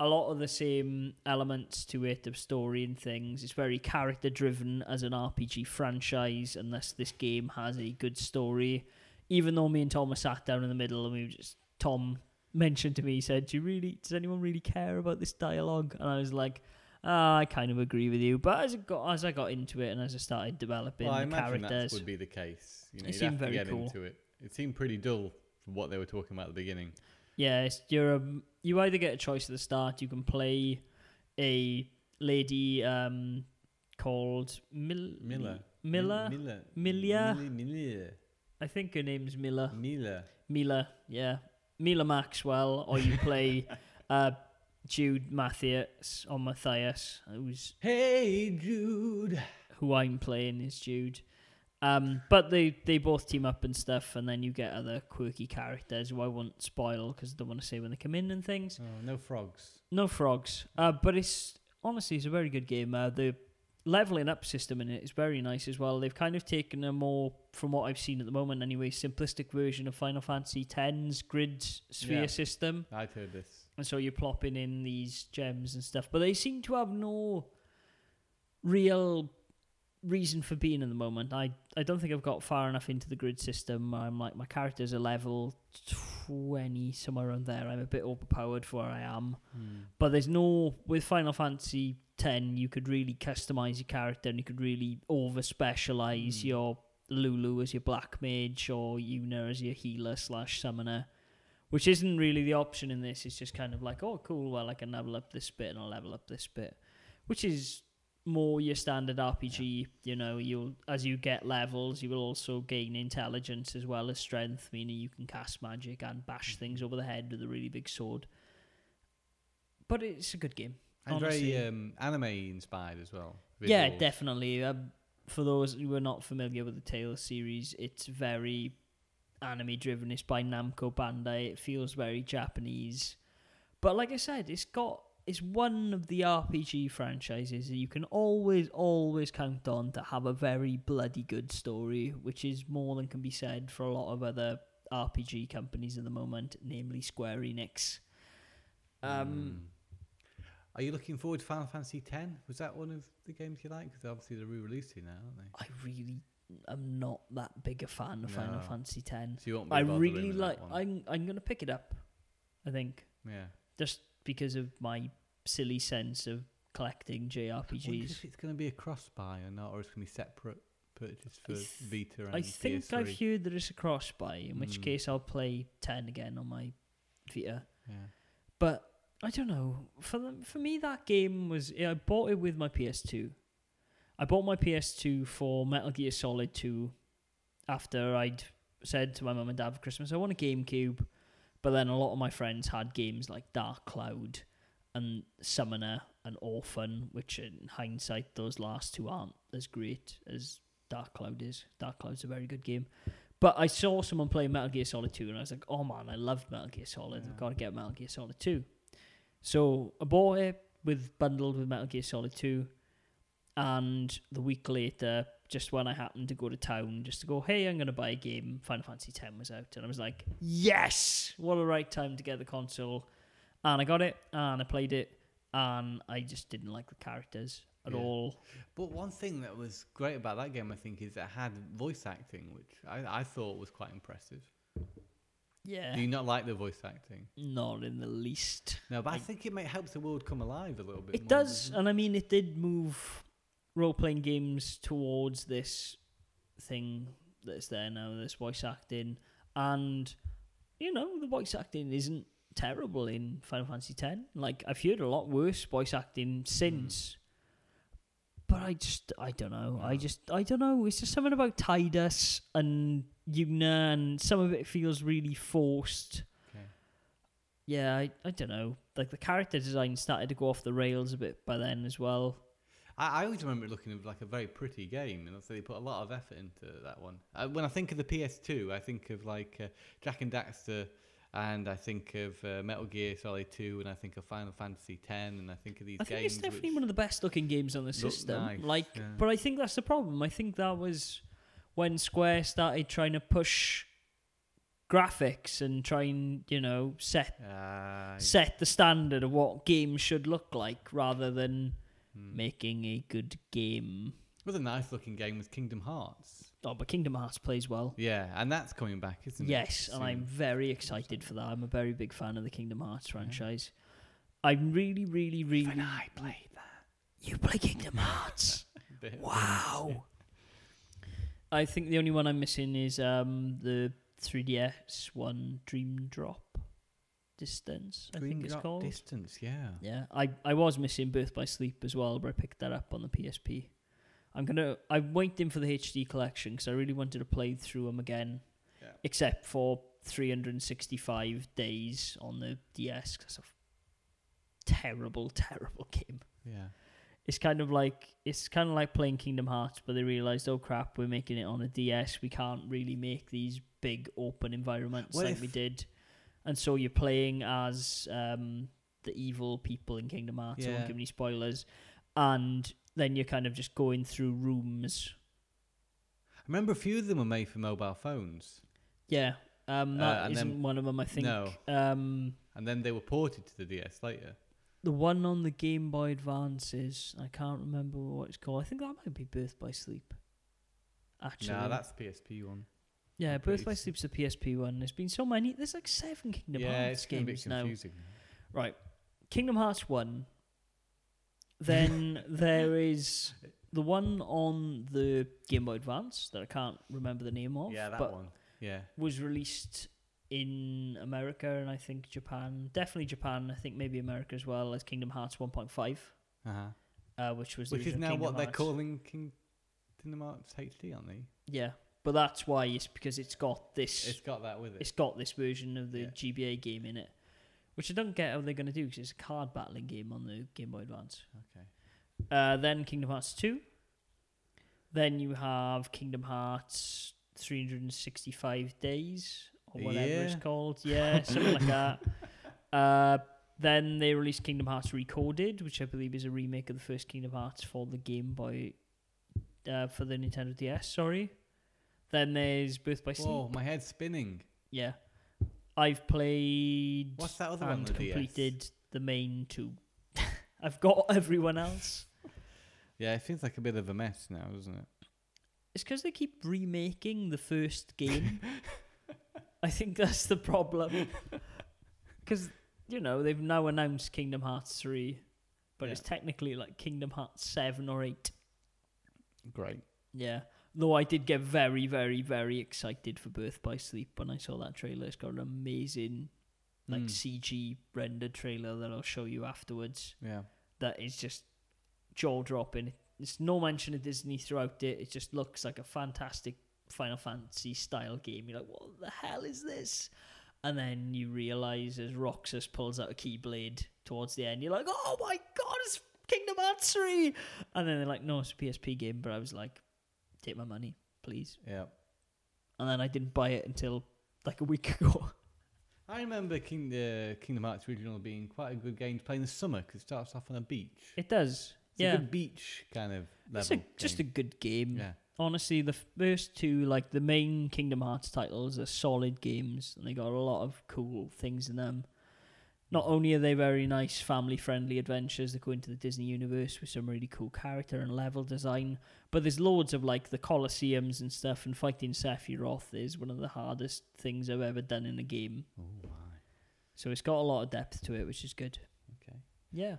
Speaker 2: A lot of the same elements to it of story and things. It's very character driven as an RPG franchise, unless this game has a good story. Even though me and Tom were sat down in the middle and we were just Tom mentioned to me, he said, Do you really does anyone really care about this dialogue? And I was like, "Ah, I kind of agree with you, but as it got as I got into it and as I started developing
Speaker 1: Well, I
Speaker 2: the
Speaker 1: imagine that
Speaker 2: characters,
Speaker 1: would be the case. You know,
Speaker 2: It
Speaker 1: you'd
Speaker 2: seemed
Speaker 1: have to
Speaker 2: very
Speaker 1: get
Speaker 2: cool.
Speaker 1: into it. It seemed pretty dull from what they were talking about at the beginning.
Speaker 2: Yeah, it's, you're um, you either get a choice at the start. You can play a lady um, called Mil-
Speaker 1: Miller.
Speaker 2: Miller.
Speaker 1: Miller.
Speaker 2: Milia?
Speaker 1: Miller.
Speaker 2: I think her name's Miller.
Speaker 1: Miller.
Speaker 2: Mila, yeah, Mila Maxwell, or you play uh, Jude Matthias or Matthias, who's
Speaker 1: Hey Jude.
Speaker 2: who I'm playing is Jude. Um, but they, they both team up and stuff, and then you get other quirky characters who I won't spoil because I don't want to say when they come in and things.
Speaker 1: Oh, no frogs.
Speaker 2: No frogs. Uh, but it's honestly it's a very good game. Uh, the leveling up system in it is very nice as well. They've kind of taken a more, from what I've seen at the moment anyway, simplistic version of Final Fantasy X's grid sphere
Speaker 1: Yeah.
Speaker 2: system,
Speaker 1: I'd heard this.
Speaker 2: and so you're plopping in these gems and stuff. But they seem to have no real reason for being in the moment. I I don't think I've got far enough into the grid system. I'm like my characters are level twenty somewhere around there. I'm a bit overpowered for where I am but there's no with Final Fantasy ten you could really customize your character and you could really over specialize
Speaker 1: Mm.
Speaker 2: your Lulu as your black mage or Yuna as your healer slash summoner, which isn't really the option in this. It's just kind of like, oh cool, well I can level up this bit and I'll level up this bit, which is more your standard RPG. You know, you'll as you get levels, you will also gain intelligence as well as strength, meaning you can cast magic and bash things over the head with a really big sword. But it's a good game.
Speaker 1: And
Speaker 2: Honestly.
Speaker 1: very um, anime inspired as well.
Speaker 2: Yeah,
Speaker 1: visuals.
Speaker 2: definitely. Um, for those who are not familiar with the Tales series, it's very anime driven. It's by Namco Bandai. It feels very Japanese, but like I said, it's got it's one of the RPG franchises that you can always always count on to have a very bloody good story, which is more than can be said for a lot of other RPG companies at the moment, namely Square Enix. Um,
Speaker 1: Mm. Hmm. Are you looking forward to Final Fantasy X? Was that one of the games you like? Because obviously they're re-releasing now, aren't they?
Speaker 2: I really am not that big a fan of Final
Speaker 1: No.
Speaker 2: Fantasy X.
Speaker 1: So you won't be
Speaker 2: I
Speaker 1: bothering
Speaker 2: really
Speaker 1: with
Speaker 2: like.
Speaker 1: that one.
Speaker 2: I'm I'm gonna pick it up. I think
Speaker 1: Yeah.
Speaker 2: just because of my silly sense of collecting
Speaker 1: I wonder
Speaker 2: JRPGs.
Speaker 1: if it's going to be a cross buy or not, or it's going to be separate purchase for
Speaker 2: th-
Speaker 1: Vita and
Speaker 2: I think
Speaker 1: PS3.
Speaker 2: I've heard there is a cross buy, in which
Speaker 1: Mm.
Speaker 2: case I'll play ten again on my Vita.
Speaker 1: yeah.
Speaker 2: But I don't know. For the, for me, that game was. I bought it with my PS2. I bought my PS2 for Metal Gear Solid 2 after I'd said to my mum and dad for Christmas, I want a GameCube. But then a lot of my friends had games like Dark Cloud and Summoner and Orphan, which in hindsight, those last two aren't as great as Dark Cloud is. Dark Cloud's a very good game. But I saw someone play Metal Gear Solid 2 and I was like, oh man, I loved Metal Gear Solid.
Speaker 1: Yeah.
Speaker 2: I've got to get Metal Gear Solid 2. So I bought it with bundled with Metal Gear Solid 2 and the week later, just when I happened to go to town, just to go, hey, I'm going to buy a game, Final Fantasy X was out. And I was like, yes, what a right time to get the console. And I got it, and I played it, and I just didn't like the characters at
Speaker 1: Yeah.
Speaker 2: all.
Speaker 1: But one thing that was great about that game, I think, is it had voice acting, which I, I thought was quite impressive.
Speaker 2: Yeah.
Speaker 1: Do you not like the voice acting?
Speaker 2: Not in the least.
Speaker 1: No, but I,
Speaker 2: I-
Speaker 1: think it may helps the world come alive a little bit.
Speaker 2: It
Speaker 1: more,
Speaker 2: does,
Speaker 1: doesn't it?
Speaker 2: and I mean, it did move role playing games towards this thing that's there now, this voice acting, and you know, the voice acting isn't terrible in Final Fantasy X. Like I've heard a lot worse voice acting since. But I just, I don't know. I
Speaker 1: Hmm. Yeah.
Speaker 2: just, I don't know. It's just something about Tidus and Yuna, and some of it feels really forced.
Speaker 1: Okay.
Speaker 2: Yeah, I, I don't know. Like the character design started to go off the rails a bit by then as well.
Speaker 1: I, I always remember it looking like a very pretty game, and so they put a lot of effort into that one. Uh, when I think of the PS2, I think of like uh, Jack and Daxter, and I think of uh, Metal Gear Solid 2, and I think of Final Fantasy 10, and I think of these
Speaker 2: I
Speaker 1: games.
Speaker 2: think it's definitely
Speaker 1: which-
Speaker 2: one of the best looking games on the
Speaker 1: look
Speaker 2: system.
Speaker 1: nice,
Speaker 2: like,
Speaker 1: yeah.
Speaker 2: but I think that's the problem. I think that was when Square started trying to push graphics and try and you know set
Speaker 1: Ah,
Speaker 2: set the standard of what games should look like rather than
Speaker 1: Hmm.
Speaker 2: making a good game.
Speaker 1: Another nice looking game was Kingdom Hearts.
Speaker 2: Oh, but Kingdom Hearts plays well.
Speaker 1: Yeah, and that's coming back, isn't it?
Speaker 2: Yes, and I'm
Speaker 1: soon?
Speaker 2: very excited for that. I'm a very big fan of the Kingdom Hearts franchise. I'm really, really, really.
Speaker 1: Even I played
Speaker 2: You play Kingdom Hearts?
Speaker 1: that.
Speaker 2: wow. I think the only one I'm missing is um, the 3DS one, Dream Drop Distance. I
Speaker 1: Dream
Speaker 2: think it's
Speaker 1: Drop
Speaker 2: called.
Speaker 1: Distance, yeah.
Speaker 2: yeah, I I was missing Birth by Sleep as well, but I picked that up on the PSP. I'm gonna. I'm waiting for the HD collection because I really wanted to play through them again
Speaker 1: Yeah.
Speaker 2: except for 365 days on the DS. 'cause That's a f- terrible, terrible game.
Speaker 1: Yeah.
Speaker 2: It's kind of like it's kind of like playing Kingdom Hearts, but they realized, oh crap, we're making it on a DS. We can't really make these big open environments
Speaker 1: What
Speaker 2: like
Speaker 1: if-
Speaker 2: we did, and so you're playing as um, the evil people in Kingdom Hearts. I
Speaker 1: Yeah.
Speaker 2: won't give any spoilers, and then you're kind of just going through rooms.
Speaker 1: I remember a few of them were made for mobile phones,
Speaker 2: Yeah, um,
Speaker 1: Uh,
Speaker 2: that
Speaker 1: and then-
Speaker 2: not one of them. I think.
Speaker 1: No.
Speaker 2: Um,
Speaker 1: and then they were ported to the DS later.
Speaker 2: the one on the Game Boy Advance is I can't remember what it's called. I think that might be Birth by Sleep. Actually,
Speaker 1: nah, that's PSP one.
Speaker 2: yeah,
Speaker 1: I'm
Speaker 2: Birth by
Speaker 1: pretty-
Speaker 2: Sleep's the PSP one. There's been so many. There's like seven Kingdom
Speaker 1: yeah,
Speaker 2: Hearts
Speaker 1: it's getting a bit
Speaker 2: games now.
Speaker 1: confusing.
Speaker 2: Right, Kingdom Hearts one. Then there is the one on the Game Boy Advance that I can't remember the name of.
Speaker 1: Yeah, that
Speaker 2: but
Speaker 1: one. Yeah.
Speaker 2: was released in America and I think Japan, definitely Japan. I think maybe America as well as Kingdom Hearts one point five.
Speaker 1: Uh-huh.
Speaker 2: uh, which was the
Speaker 1: Which is
Speaker 2: original
Speaker 1: now
Speaker 2: Kingdom
Speaker 1: what they're
Speaker 2: Hearts.
Speaker 1: calling Kingdom Hearts HD, aren't they?
Speaker 2: Yeah, but that's why it's because it's got this.
Speaker 1: It's got that with it.
Speaker 2: it's got this version of the
Speaker 1: Yeah.
Speaker 2: GBA game in it, which I don't get how they're going to do because it's a card battling game on the Game Boy Advance.
Speaker 1: Okay.
Speaker 2: Uh, then Kingdom Hearts 2. Then you have Kingdom Hearts 365 Days or whatever it's
Speaker 1: Yeah.
Speaker 2: called. Yeah, something like that. Uh, then they released Kingdom Hearts Recoded, which I believe is a remake of the first Kingdom Hearts for the Game Boy, uh, for the Nintendo DS, sorry. Then there's Birth by Sleep.
Speaker 1: Whoa, my head's spinning.
Speaker 2: Yeah. I've played
Speaker 1: What's that other one
Speaker 2: and
Speaker 1: on the DS?
Speaker 2: completed the main two. I've got everyone else.
Speaker 1: Yeah, it feels like a bit of a mess now, doesn't it?
Speaker 2: It's because they keep remaking the first game. I think that's the problem. Because, you know, they've now announced Kingdom Hearts 3, but it's technically like Kingdom Hearts 7 or 8.
Speaker 1: Great.
Speaker 2: Yeah. Though I did get very, very, very excited for Birth by Sleep when I saw that trailer. It's got an amazing, like,
Speaker 1: Mm.
Speaker 2: CG rendered trailer that I'll show you afterwards.
Speaker 1: Yeah.
Speaker 2: That is just jaw dropping. It's no mention of Disney throughout it. It just looks like a fantastic Final Fantasy style game. You're like, what the hell is this? And then you realize as Roxas pulls out a keyblade towards the end, you're like, oh my god, it's Kingdom Hearts 3! And then they're like, no, it's a PSP game. But I was like, take my money, please.
Speaker 1: Yeah.
Speaker 2: And then I didn't buy it until like a week ago.
Speaker 1: I remember King, uh, Kingdom Hearts Original being quite a good game to play in the summer because it starts off on a beach.
Speaker 2: It does.
Speaker 1: It's
Speaker 2: yeah.
Speaker 1: a good beach kind of level.
Speaker 2: it's a, just a
Speaker 1: game.
Speaker 2: good game.
Speaker 1: yeah.
Speaker 2: honestly, the first two, like the main Kingdom Hearts titles, are solid games, and they got a lot of cool things in them. Not only are they very nice family-friendly adventures that go into the Disney universe with some really cool character and level design, but there's loads of like the Colosseums and stuff. And fighting Sephiroth is one of the hardest things I've ever done in a game.
Speaker 1: Oh my.
Speaker 2: So it's got a lot of depth to it, which is good.
Speaker 1: Okay.
Speaker 2: Yeah.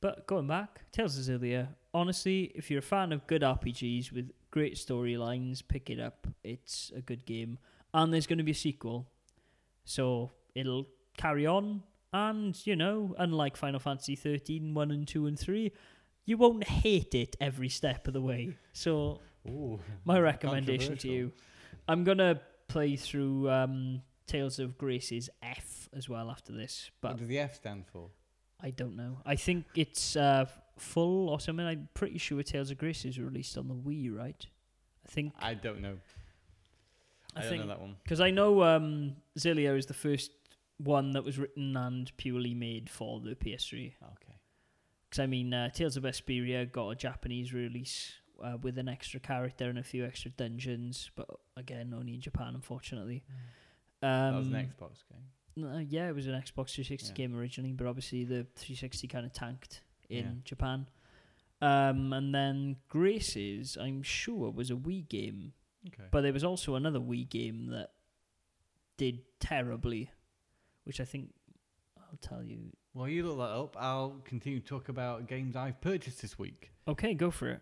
Speaker 2: But going back, Tales of Zillia, honestly, if you're a fan of good RPGs with great storylines, pick it up. It's a good game. And there's going to be a sequel. So it'll carry on. And, you know, unlike Final Fantasy 13, 1 and 2 and 3, you won't hate it every step of the way. So
Speaker 1: Ooh.
Speaker 2: my recommendation to you. I'm gonna play through um, Tales of Grace's F as well after this,
Speaker 1: What
Speaker 2: but
Speaker 1: does the F stand for?
Speaker 2: I don't know. I think it's uh, full or something. I'm pretty sure Tales of Grace is released on the Wii, right? I think.
Speaker 1: I don't know. I,
Speaker 2: I,
Speaker 1: don't
Speaker 2: think
Speaker 1: know that one.
Speaker 2: because I know um, Zillia is the first one that was written and purely made for the PS3.
Speaker 1: Okay.
Speaker 2: Because I mean, uh, Tales of Vesperia got a Japanese release uh, with an extra character and a few extra dungeons, but again, only in Japan, unfortunately. Um,
Speaker 1: Hmm. that was an Xbox game.
Speaker 2: no, yeah, it was an Xbox 360
Speaker 1: Yeah.
Speaker 2: game originally, but obviously the 360 kind of tanked in
Speaker 1: Yeah.
Speaker 2: Japan. Um, and then Graces, I'm sure, was a Wii game,
Speaker 1: Okay.
Speaker 2: but there was also another Wii game that did terribly, which I think I'll tell you.
Speaker 1: Well, you look that up. I'll continue to talk about games I've purchased this week.
Speaker 2: Okay, go for it.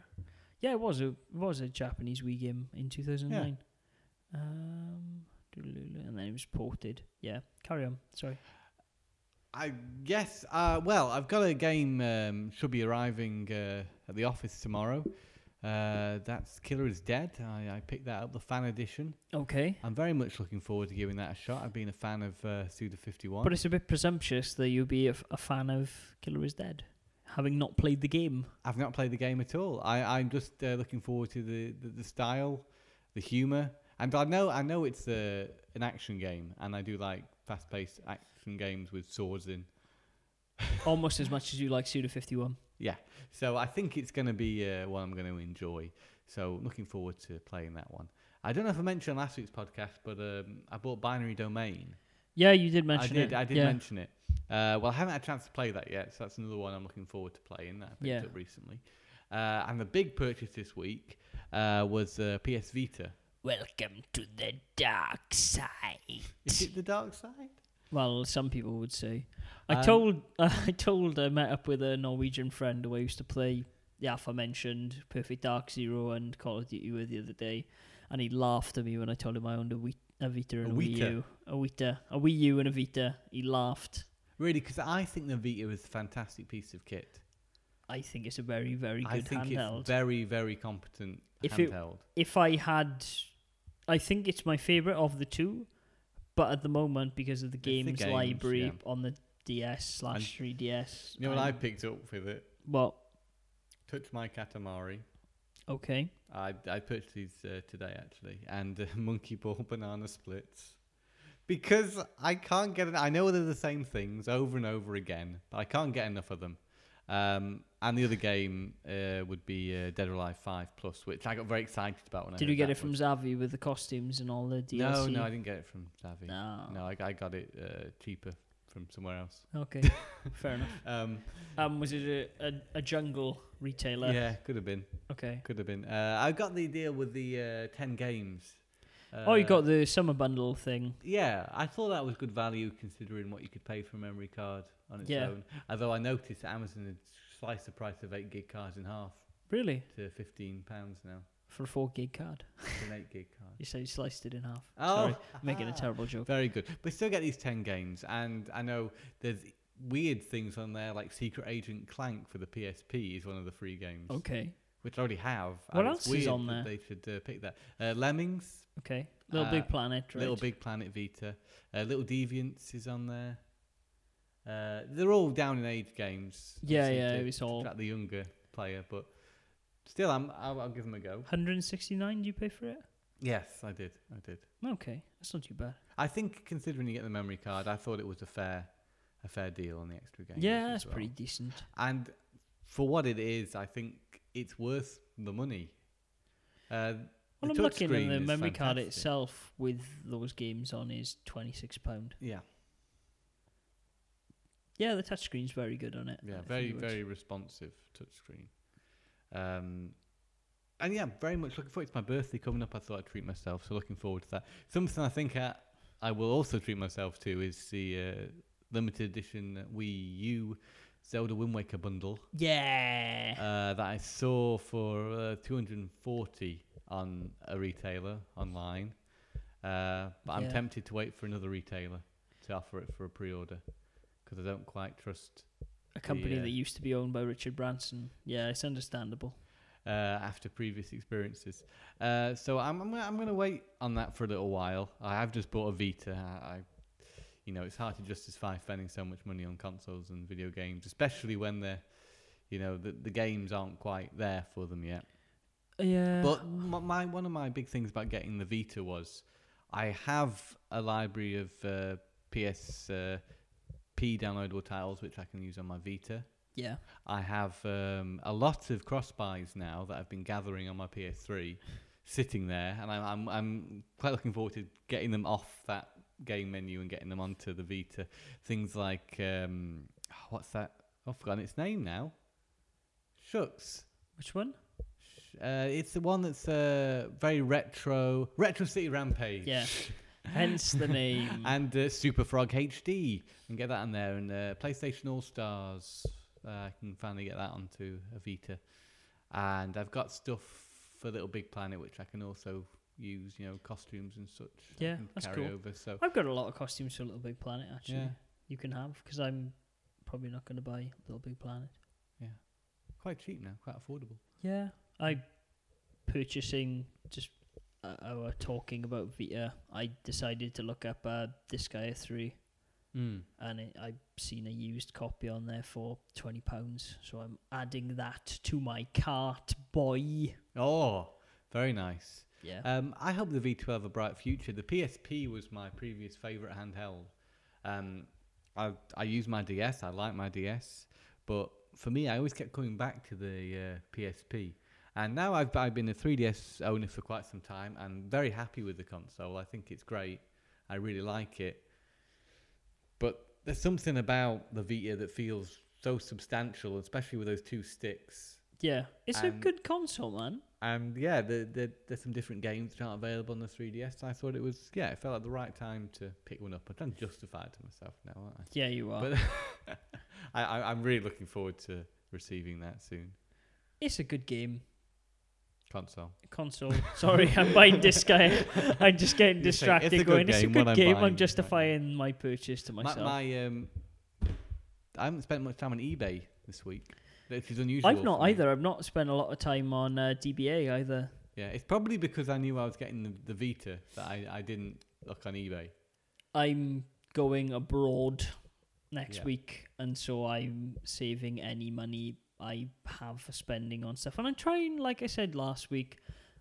Speaker 2: Yeah, it was a it was a Japanese Wii game in 2009. Um, and then it was ported. Yeah, carry on. Sorry.
Speaker 1: I yes. Uh, well, I've got a game um, should be arriving uh, at the office tomorrow. Uh, that's Killer is Dead. I, I picked that up, the fan edition.
Speaker 2: Okay.
Speaker 1: I'm very much looking forward to giving that a shot. I've been a fan of uh, Suda51.
Speaker 2: But it's a bit presumptuous that you'd be a, f- a fan of Killer is Dead, having not played the game.
Speaker 1: I've not played the game at all. I, I'm just uh, looking forward to the, the, the style, the humor, and I know I know it's uh, an action game, and I do like fast-paced action games with swords in.
Speaker 2: Almost as much as you like Suda51.
Speaker 1: So I think it's going to be uh, one I'm going to enjoy. So looking forward to playing that one. I don't know if I mentioned last week's podcast, but um, I bought Binary Domain.
Speaker 2: Yeah, you did mention
Speaker 1: I did.
Speaker 2: it.
Speaker 1: I did
Speaker 2: yeah.
Speaker 1: mention it. Uh, well, I haven't had a chance to play that yet, so that's another one I'm looking forward to playing. That I picked
Speaker 2: Yeah.
Speaker 1: up recently. Uh, and the big purchase this week uh, was uh, PS Vita.
Speaker 2: Welcome to the dark side.
Speaker 1: Is it the dark side?
Speaker 2: Well, some people would say. I
Speaker 1: Um,
Speaker 2: told I told I met up with a Norwegian friend who I used to play the aforementioned Perfect Dark Zero and Call of Duty with the other day, and he laughed at me when I told him I owned a, Wii, a Vita and a, Wii
Speaker 1: Vita.
Speaker 2: U, a Vita, a Wii U and a Vita. He laughed.
Speaker 1: Really, because I think the Vita was a fantastic piece of kit.
Speaker 2: I think it's a very, very good
Speaker 1: I think
Speaker 2: handheld.
Speaker 1: it's very, very competent
Speaker 2: If it-
Speaker 1: handheld.
Speaker 2: if I had, I think it's my favorite of the two, but at the moment because of the
Speaker 1: the
Speaker 2: games,
Speaker 1: games,
Speaker 2: library
Speaker 1: yeah.
Speaker 2: on the DS slash 3DS.
Speaker 1: you know what I
Speaker 2: I'm-
Speaker 1: picked up with it?
Speaker 2: Well,
Speaker 1: Touch My Katamari.
Speaker 2: okay.
Speaker 1: I, I purchased these uh, today actually, and uh, Monkey Ball Banana Splits. Because I can't get. En- I know they're the same things over and over again, but I can't get enough of them. Um, and the other game uh, would be uh, Dead or Alive Five Plus, which I got very excited about when I.
Speaker 2: Did
Speaker 1: heard
Speaker 2: you get
Speaker 1: that
Speaker 2: it from
Speaker 1: was-
Speaker 2: Zavi with the costumes and all the DLC?
Speaker 1: No, no, I didn't get it from Savvy. No,
Speaker 2: No.
Speaker 1: I, I got it uh, cheaper from somewhere else.
Speaker 2: Okay, fair enough.
Speaker 1: Um,
Speaker 2: Um, was it a, a, a jungle retailer?
Speaker 1: yeah, could have been,
Speaker 2: Okay.
Speaker 1: could have been. Uh, I got the deal with the uh, ten games. Uh,
Speaker 2: oh, you got the summer bundle thing.
Speaker 1: Yeah, I thought that was good value considering what you could pay for a memory card on its
Speaker 2: Yeah.
Speaker 1: own. Although I noticed that Amazon had sliced the price of eight gig cards in half
Speaker 2: Really?
Speaker 1: to fifteen pounds now
Speaker 2: For a four gig card.
Speaker 1: for an eight gig card.
Speaker 2: You said you sliced it in half.
Speaker 1: Oh,
Speaker 2: Sorry, making a terrible joke.
Speaker 1: Very good, but still get these ten games, and I know there's weird things on there like Secret Agent Clank for the PSP is one of the free games,
Speaker 2: Okay.
Speaker 1: which I already have. and
Speaker 2: What
Speaker 1: it's
Speaker 2: else is
Speaker 1: weird
Speaker 2: on
Speaker 1: that
Speaker 2: there?
Speaker 1: They should uh, pick that. Uh, Lemmings,
Speaker 2: Okay. Little
Speaker 1: Uh,
Speaker 2: Big Planet, right?
Speaker 1: Little Big Planet Vita, uh, Little Deviants is on there. Uh, they're all down in age games.
Speaker 2: Yeah,
Speaker 1: obviously,
Speaker 2: yeah,
Speaker 1: to
Speaker 2: it's all-
Speaker 1: attract the younger player, but still, I'm, I'll, I'll give them a go.
Speaker 2: 169 do you pay for it?
Speaker 1: Yes, I did. I did.
Speaker 2: Okay. That's not too bad.
Speaker 1: I think considering you get the memory card, I thought it was a fair, a fair deal on the extra games.
Speaker 2: yeah,
Speaker 1: as
Speaker 2: that's
Speaker 1: well.
Speaker 2: pretty decent.
Speaker 1: And for what it is, I think it's worth the money. Uh,
Speaker 2: Well,
Speaker 1: the
Speaker 2: I'm
Speaker 1: touch
Speaker 2: looking at
Speaker 1: screen
Speaker 2: the
Speaker 1: is
Speaker 2: memory card
Speaker 1: fantastic.
Speaker 2: itself with those games on is £26.
Speaker 1: Yeah,
Speaker 2: Yeah, the touchscreen's very good on it. I
Speaker 1: Yeah,
Speaker 2: think
Speaker 1: very
Speaker 2: it works.
Speaker 1: very responsive touchscreen. Um, and yeah, very much looking forward. It's my birthday coming up. I thought I'd treat myself, so looking forward to that. Something I think I, I will also treat myself to is the uh, limited edition Wii U Zelda Wind Waker bundle
Speaker 2: Yeah.
Speaker 1: uh, that I saw for uh, 240 on a retailer online. Uh, but I'm
Speaker 2: Yeah.
Speaker 1: tempted to wait for another retailer to offer it for a pre-order because I don't quite trust
Speaker 2: a company
Speaker 1: yeah.
Speaker 2: that used to be owned by Richard Branson. Yeah, it's understandable.
Speaker 1: uh, after previous experiences. Uh, so I'm I'm, gonna- I'm going to wait on that for a little while. I have just bought a Vita. I, I you know, it's hard to justify spending so much money on consoles and video games, especially when they're you know the, the games aren't quite there for them yet.
Speaker 2: Yeah.
Speaker 1: But my, my one of my big things about getting the Vita was I have a library of uh, PS uh, P downloadable titles which I can use on my Vita.
Speaker 2: yeah.
Speaker 1: I have um, a lot of cross buys now that I've been gathering on my PS3, sitting there, and I'm, I'm I'm quite looking forward to getting them off that game menu and getting them onto the Vita. Things like um, what's that? I've forgotten its name now. Shucks.
Speaker 2: Which one?
Speaker 1: Sh- Uh, it's the one that's uh, very retro, Retro City Rampage.
Speaker 2: Yeah. Hence the name.
Speaker 1: And uh, Super Frog HD, and get that on there. And uh, PlayStation All Stars, uh, I can finally get that onto a Vita. And I've got stuff for Little Big Planet, which I can also use, you know, costumes and such. I
Speaker 2: Yeah,
Speaker 1: can
Speaker 2: that's
Speaker 1: carry
Speaker 2: cool.
Speaker 1: over. So
Speaker 2: I've got a lot of costumes for Little Big Planet actually.
Speaker 1: Yeah.
Speaker 2: You can have because I'm probably not going to buy Little Big Planet.
Speaker 1: quite cheap now, quite affordable.
Speaker 2: Yeah. I purchasing just uh, our talking about Vita. I decided to look up uh, Disgaea three,
Speaker 1: Mm.
Speaker 2: and it, I've seen a used copy on there for twenty pounds. So I'm adding that to my cart, boy.
Speaker 1: Oh, very nice.
Speaker 2: Yeah.
Speaker 1: Um, I hope the V2 have a bright future. The PSP was my previous favourite handheld. Um, I, I use my DS, I like my DS, but for me, I always kept coming back to the uh, PSP. And now I've, I've been a 3DS owner for quite some time and very happy with the console. I think it's great. I really like it. But there's something about the Vita that feels so substantial, especially with those two sticks.
Speaker 2: yeah. It's a
Speaker 1: and-
Speaker 2: good console, man.
Speaker 1: And yeah, the, the, there's some different games that aren't available on the 3DS. I thought it was, yeah, it felt like the right time to pick one up. I'm trying to justify it to myself now, aren't I?
Speaker 2: Yeah, you are.
Speaker 1: I, I I'm really looking forward to receiving that soon.
Speaker 2: it's a good game.
Speaker 1: Console.
Speaker 2: console. Sorry, I'm buying this guy. I'm just getting
Speaker 1: You say, "It's a
Speaker 2: distracted.
Speaker 1: good
Speaker 2: going, it's a
Speaker 1: game, what
Speaker 2: good
Speaker 1: I'm
Speaker 2: game.
Speaker 1: buying."
Speaker 2: I'm justifying my purchase to
Speaker 1: My,
Speaker 2: myself.
Speaker 1: my um, I haven't spent much time on eBay this week. Which is unusual.
Speaker 2: I've not
Speaker 1: for me.
Speaker 2: either. I've not spent a lot of time on uh, DBA either.
Speaker 1: Yeah, it's probably because I knew I was getting the, the Vita that I, I didn't look on eBay.
Speaker 2: I'm going abroad next
Speaker 1: Yeah.
Speaker 2: week, and so I'm saving any money I have for spending on stuff. And I'm trying, like I said last week,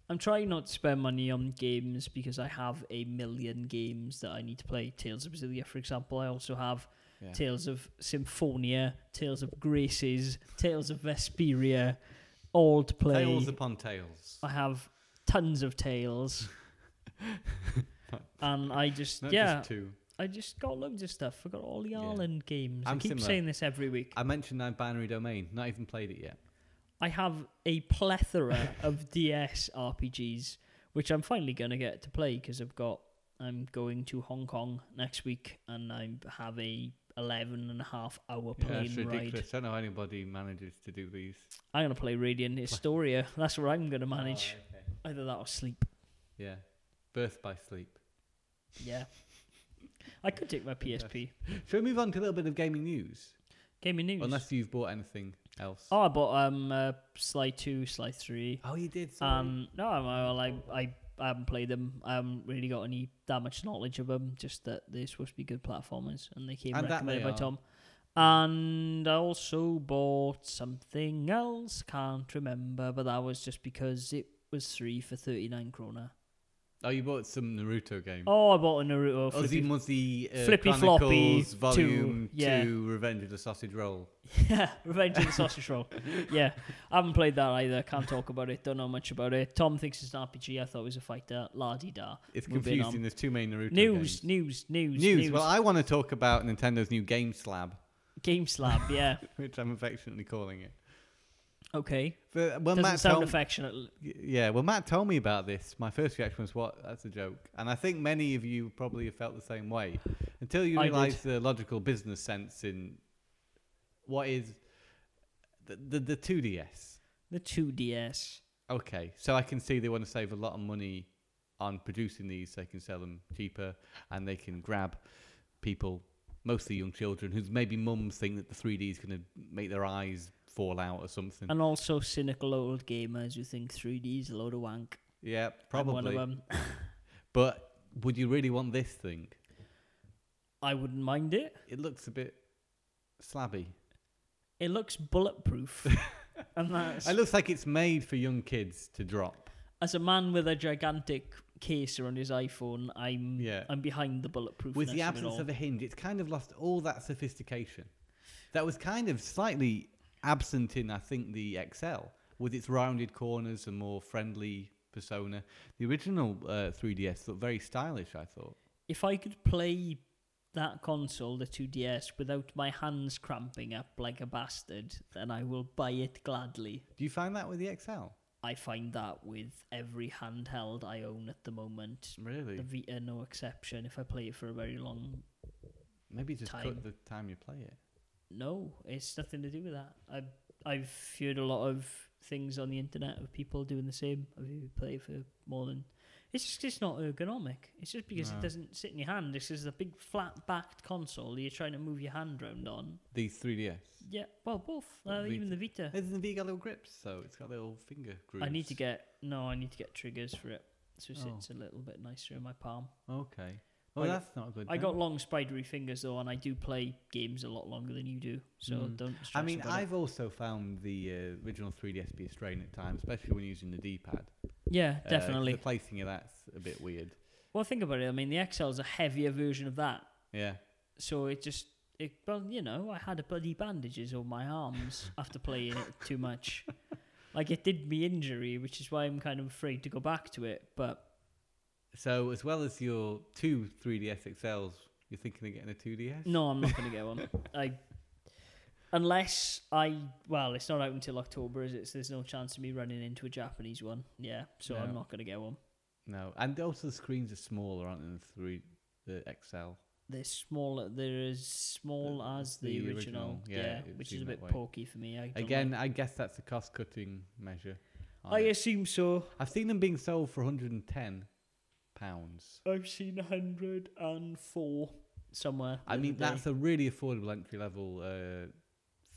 Speaker 2: I'm trying not to spend money on games because I have a million games that I need to play. Tales of Berseria, for example. I also have
Speaker 1: Yeah.
Speaker 2: Tales of Symphonia, Tales of Graces, Tales of Vesperia, all to play.
Speaker 1: Tails upon tails.
Speaker 2: I have tons of tales. and I just,
Speaker 1: Not
Speaker 2: yeah,
Speaker 1: just two.
Speaker 2: I just got loads of stuff. I got all the
Speaker 1: Yeah.
Speaker 2: Ireland games. i
Speaker 1: I'm
Speaker 2: keep
Speaker 1: similar.
Speaker 2: saying this every week.
Speaker 1: I mentioned that binary domain. Not even played it yet.
Speaker 2: I have a plethora of DS RPGs, which I'm finally going to get to play because I've got. I'm going to Hong Kong next week, and I have a 11 and a half hour
Speaker 1: Yeah,
Speaker 2: plane
Speaker 1: it's
Speaker 2: ride.
Speaker 1: ridiculous. I don't know how anybody manages to do these.
Speaker 2: I'm going to play Radiant Historia. That's where I'm going to manage.
Speaker 1: Oh, okay.
Speaker 2: Either that or sleep.
Speaker 1: Yeah. Birth by sleep.
Speaker 2: Yeah. I could take my PSP.
Speaker 1: Shall we move on to a little bit of gaming news?
Speaker 2: Gaming news.
Speaker 1: Unless you've bought anything else.
Speaker 2: Oh, I bought um uh, Sly two, Sly three.
Speaker 1: Oh, you did. sorry.
Speaker 2: Um, no, I'm, I- well, I, I I haven't played them. I haven't really got any that much knowledge of them. Just that they're supposed to be good platformers, and they came
Speaker 1: And that
Speaker 2: recommended
Speaker 1: they
Speaker 2: by
Speaker 1: are.
Speaker 2: Tom. And I also bought something else. Can't remember, but that was just because it was three for thirty nine kroner.
Speaker 1: oh, you bought some Naruto game.
Speaker 2: Oh, I bought a Naruto.
Speaker 1: Ozzy
Speaker 2: flippy-
Speaker 1: Muzzy uh,
Speaker 2: Flippy Floppy
Speaker 1: Chronicles Volume
Speaker 2: two, yeah.
Speaker 1: 2 Revenge of the Sausage Roll.
Speaker 2: Yeah, Revenge of the Sausage Roll. Yeah, I haven't played that either. Can't talk about it. Don't know much about it. Tom thinks it's an RPG. I thought it was a fighter. La di da.
Speaker 1: It's
Speaker 2: Moving on.
Speaker 1: confusing. There's two main Naruto
Speaker 2: News,
Speaker 1: games.
Speaker 2: news, news,
Speaker 1: News. Well, I want to talk about Nintendo's new Game Slab,
Speaker 2: Game slab. Yeah.
Speaker 1: which I'm affectionately calling it.
Speaker 2: Okay.
Speaker 1: But when
Speaker 2: Doesn't
Speaker 1: Matt
Speaker 2: sound
Speaker 1: told-
Speaker 2: affectionate.
Speaker 1: Y- Yeah, well, Matt told me about this. My first reaction was, "What? That's a joke." And I think many of you probably have felt the same way until you
Speaker 2: I did.
Speaker 1: realise the logical business sense in what is the the, the 2DS.
Speaker 2: The 2DS.
Speaker 1: Okay, so I can see they want to save a lot of money on producing these, so they can sell them cheaper, and they can grab people, mostly young children, whose maybe mums think that the 3D is going to make their eyes fall out or something.
Speaker 2: And also cynical old gamers who think 3D is a load of wank.
Speaker 1: yeah,
Speaker 2: I'm one of
Speaker 1: probably.
Speaker 2: 'em.
Speaker 1: But would you really want this thing?
Speaker 2: I wouldn't mind it.
Speaker 1: it looks a bit slabby.
Speaker 2: It looks bulletproof. and that's.
Speaker 1: It looks like it's made for young kids to drop.
Speaker 2: as a man with a gigantic case around his iPhone, I'm
Speaker 1: Yeah.
Speaker 2: I'm behind the bulletproof.
Speaker 1: With the absence of a hinge, it's kind of lost all that sophistication. That was kind of slightly absent in, I think, the XL, with its rounded corners and more friendly persona. The original uh, 3DS looked very stylish, I thought.
Speaker 2: if I could play that console, the 2DS, without my hands cramping up like a bastard, then I will buy it gladly.
Speaker 1: Do you find that with the XL?
Speaker 2: I find that with every handheld I own at the moment.
Speaker 1: Really?
Speaker 2: The Vita, no exception. If I play it for a very long,
Speaker 1: Maybe just
Speaker 2: time.
Speaker 1: cut the time you play it.
Speaker 2: no, it's nothing to do with that. I I've heard a lot of things on the internet of people doing the same. Have you played for more than? It's just it's not ergonomic. It's just because it
Speaker 1: No.
Speaker 2: doesn't sit in your hand. This is a big flat backed console that you're trying to move your hand round on.
Speaker 1: The 3DS.
Speaker 2: Yeah, well, both. Uh,
Speaker 1: Vita.
Speaker 2: even the Vita.
Speaker 1: It's the V got little grips, so it's got little finger grooves.
Speaker 2: I need to get no. I need to get triggers for it, so it
Speaker 1: Oh.
Speaker 2: sits a little bit nicer in my palm.
Speaker 1: Okay. Well,
Speaker 2: I-
Speaker 1: that's not good.
Speaker 2: I
Speaker 1: then.
Speaker 2: got long spidery fingers though, and I do play games a lot longer than you do, so
Speaker 1: Mm.
Speaker 2: don't.
Speaker 1: I
Speaker 2: stress
Speaker 1: mean,
Speaker 2: about it.
Speaker 1: I've also found the uh, original 3DS be a strain at times, especially when using the D-pad.
Speaker 2: yeah,
Speaker 1: Uh, 'cause
Speaker 2: definitely.
Speaker 1: the placing of that's a bit weird.
Speaker 2: well, think about it. I mean, the XL is a heavier version of that,
Speaker 1: Yeah.
Speaker 2: so it just. It, well, you know, I had a bloody bandages on my arms after playing it too much. Like it did me injury, which is why I'm kind of afraid to go back to it. But
Speaker 1: So as well as your two 3DS XLs, you're thinking of getting a 2DS?
Speaker 2: No, I'm not going to get one. I unless I well, it's not out until October, is it? So there's no chance of me running into a Japanese one. Yeah, so I'm
Speaker 1: No.
Speaker 2: not going to get one.
Speaker 1: No. And also the screens are smaller, aren't they, than the three, the XL?
Speaker 2: They're small. They're as small
Speaker 1: The-
Speaker 2: as the,
Speaker 1: the
Speaker 2: original.
Speaker 1: original, yeah,
Speaker 2: Yeah,
Speaker 1: it
Speaker 2: which is
Speaker 1: seemed
Speaker 2: a
Speaker 1: that
Speaker 2: bit
Speaker 1: way.
Speaker 2: pokey for me. I don't Oh,
Speaker 1: Again,
Speaker 2: like-
Speaker 1: I guess that's a cost-cutting measure. on
Speaker 2: I
Speaker 1: it.
Speaker 2: assume so.
Speaker 1: I've seen them being sold for 110 pounds.
Speaker 2: I've seen 104 somewhere.
Speaker 1: I mean, that's a really affordable entry-level uh,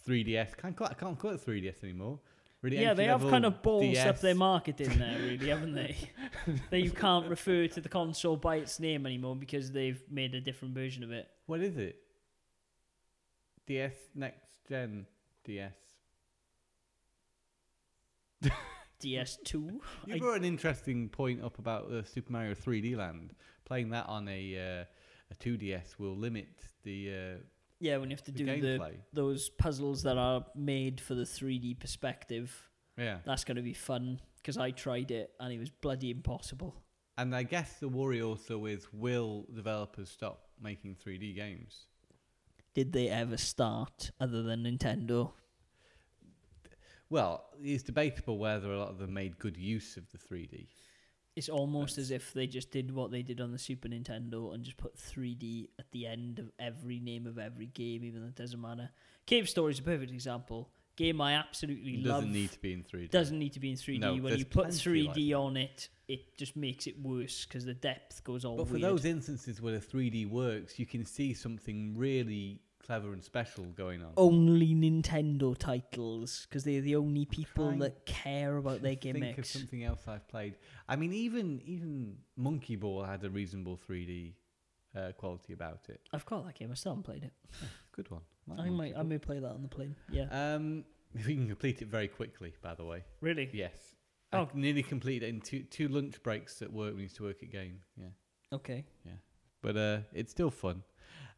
Speaker 1: 3DS. Can't call, I can't call it 3DS anymore. Really
Speaker 2: yeah, they have kind
Speaker 1: entry-level
Speaker 2: of balls up
Speaker 1: DS.
Speaker 2: their market in there, really, haven't they? that you can't refer to the console by its name anymore because they've made a different version of it.
Speaker 1: What is it? DS next gen DS.
Speaker 2: DS2.
Speaker 1: You
Speaker 2: I-
Speaker 1: brought an interesting point up about uh, Super Mario 3D Land. Playing that on a uh, a 2DS will limit the, uh,
Speaker 2: Yeah, when you have to
Speaker 1: the
Speaker 2: do the,
Speaker 1: gameplay.
Speaker 2: those puzzles that are made for the 3D perspective.
Speaker 1: Yeah,
Speaker 2: That's going to be fun because I tried it and it was bloody impossible.
Speaker 1: and I guess the worry also is will developers stop making 3D games?
Speaker 2: Did they ever start other than Nintendo?
Speaker 1: Well, it's debatable whether a lot of them made good use of the 3D.
Speaker 2: It's almost as if they just did what they did on the Super Nintendo and just put 3D at the end of every name of every game, even though it doesn't matter. Cave Story is a perfect example. Game I absolutely
Speaker 1: It
Speaker 2: love
Speaker 1: doesn't need to be in 3D.
Speaker 2: doesn't need to be in 3D.
Speaker 1: No,
Speaker 2: when
Speaker 1: there's
Speaker 2: you put
Speaker 1: plenty
Speaker 2: 3D on it, it just makes it worse because the depth goes all
Speaker 1: But for
Speaker 2: weird.
Speaker 1: those instances where the 3D works, you can see something really clever and special going
Speaker 2: Oh,
Speaker 1: on.
Speaker 2: only Nintendo titles because they're the only people
Speaker 1: Trying
Speaker 2: that care about their
Speaker 1: Think of
Speaker 2: gimmicks.
Speaker 1: something else I've played. I mean, even even Monkey Ball had a reasonable 3D uh, quality about it.
Speaker 2: I've got that game. I still haven't played it.
Speaker 1: Good one.
Speaker 2: I
Speaker 1: Monkey
Speaker 2: might, I
Speaker 1: Ball.
Speaker 2: may play that on the plane. Yeah.
Speaker 1: Um, we can complete it very quickly, by the way.
Speaker 2: really?
Speaker 1: Yes.
Speaker 2: Oh.
Speaker 1: I nearly completed it in two two lunch breaks at work. We used to work at game. Yeah.
Speaker 2: Okay.
Speaker 1: But uh, it's still fun.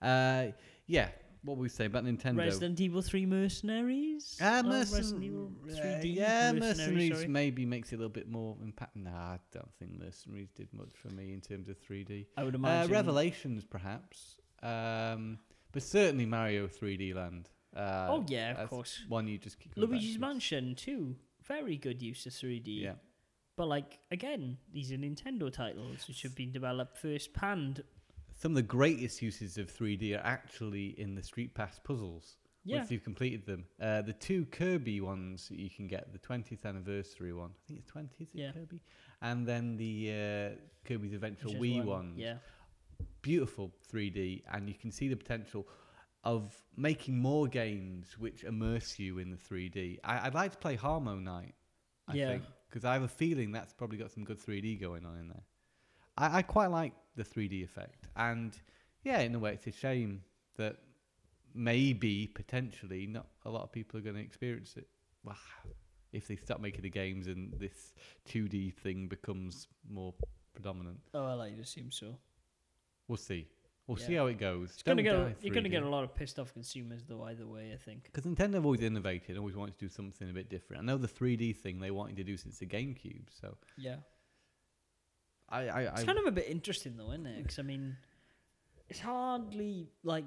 Speaker 1: Uh, yeah. What would we say about Nintendo?
Speaker 2: Resident Evil Three Mercenaries.
Speaker 1: Ah,
Speaker 2: Oh,
Speaker 1: mercen-
Speaker 2: Resident Evil
Speaker 1: uh,
Speaker 2: 3D.
Speaker 1: yeah,
Speaker 2: Mercenaries,
Speaker 1: mercenaries
Speaker 2: sorry.
Speaker 1: maybe makes it a little bit more impact. Nah, I don't think mercenaries did much for me in terms of 3D.
Speaker 2: I would
Speaker 1: Uh,
Speaker 2: imagine.
Speaker 1: Revelations, perhaps, um, but certainly Mario 3D Land. Uh,
Speaker 2: Oh yeah, of
Speaker 1: that's
Speaker 2: course.
Speaker 1: one you just keep. going back
Speaker 2: Luigi's
Speaker 1: to.
Speaker 2: Mansion too. Very good use of 3D.
Speaker 1: Yeah,
Speaker 2: But like again, these are Nintendo titles which have been developed first panned.
Speaker 1: some of the greatest uses of 3D are actually in the Street Pass puzzles.
Speaker 2: Yeah.
Speaker 1: Once you've completed them, uh, the two Kirby ones that you can get, the 20th anniversary one, I think it's 20, is it
Speaker 2: Yeah.
Speaker 1: Kirby? And then the uh, Kirby's Adventure
Speaker 2: which is
Speaker 1: Wii
Speaker 2: one-
Speaker 1: ones.
Speaker 2: Yeah.
Speaker 1: Beautiful 3D, and you can see the potential of making more games which immerse you in the 3D. I, I'd like to play Harmo Night, I
Speaker 2: Yeah.
Speaker 1: think, because I have a feeling that's probably got some good 3D going on in there. I, I quite like the 3D effect, and yeah, in a way, it's a shame that maybe potentially not a lot of people are going to experience it. Wow. If they stop making the games and this 2D thing becomes more predominant,
Speaker 2: Oh, well, I assume so.
Speaker 1: we'll see. We'll see
Speaker 2: Yeah.
Speaker 1: how it goes.
Speaker 2: It's gonna
Speaker 1: Don't
Speaker 2: get
Speaker 1: die
Speaker 2: a, you're gonna
Speaker 1: 3D.
Speaker 2: get a lot of pissed off consumers though. Either way, I think.
Speaker 1: Because Nintendo have always innovated, always wanted to do something a bit different. I know the 3D thing they wanted to do since the GameCube, so
Speaker 2: Yeah,
Speaker 1: I, I,
Speaker 2: it's
Speaker 1: I
Speaker 2: kind of a bit interesting though, isn't it? 'Cause I mean, it's hardly like.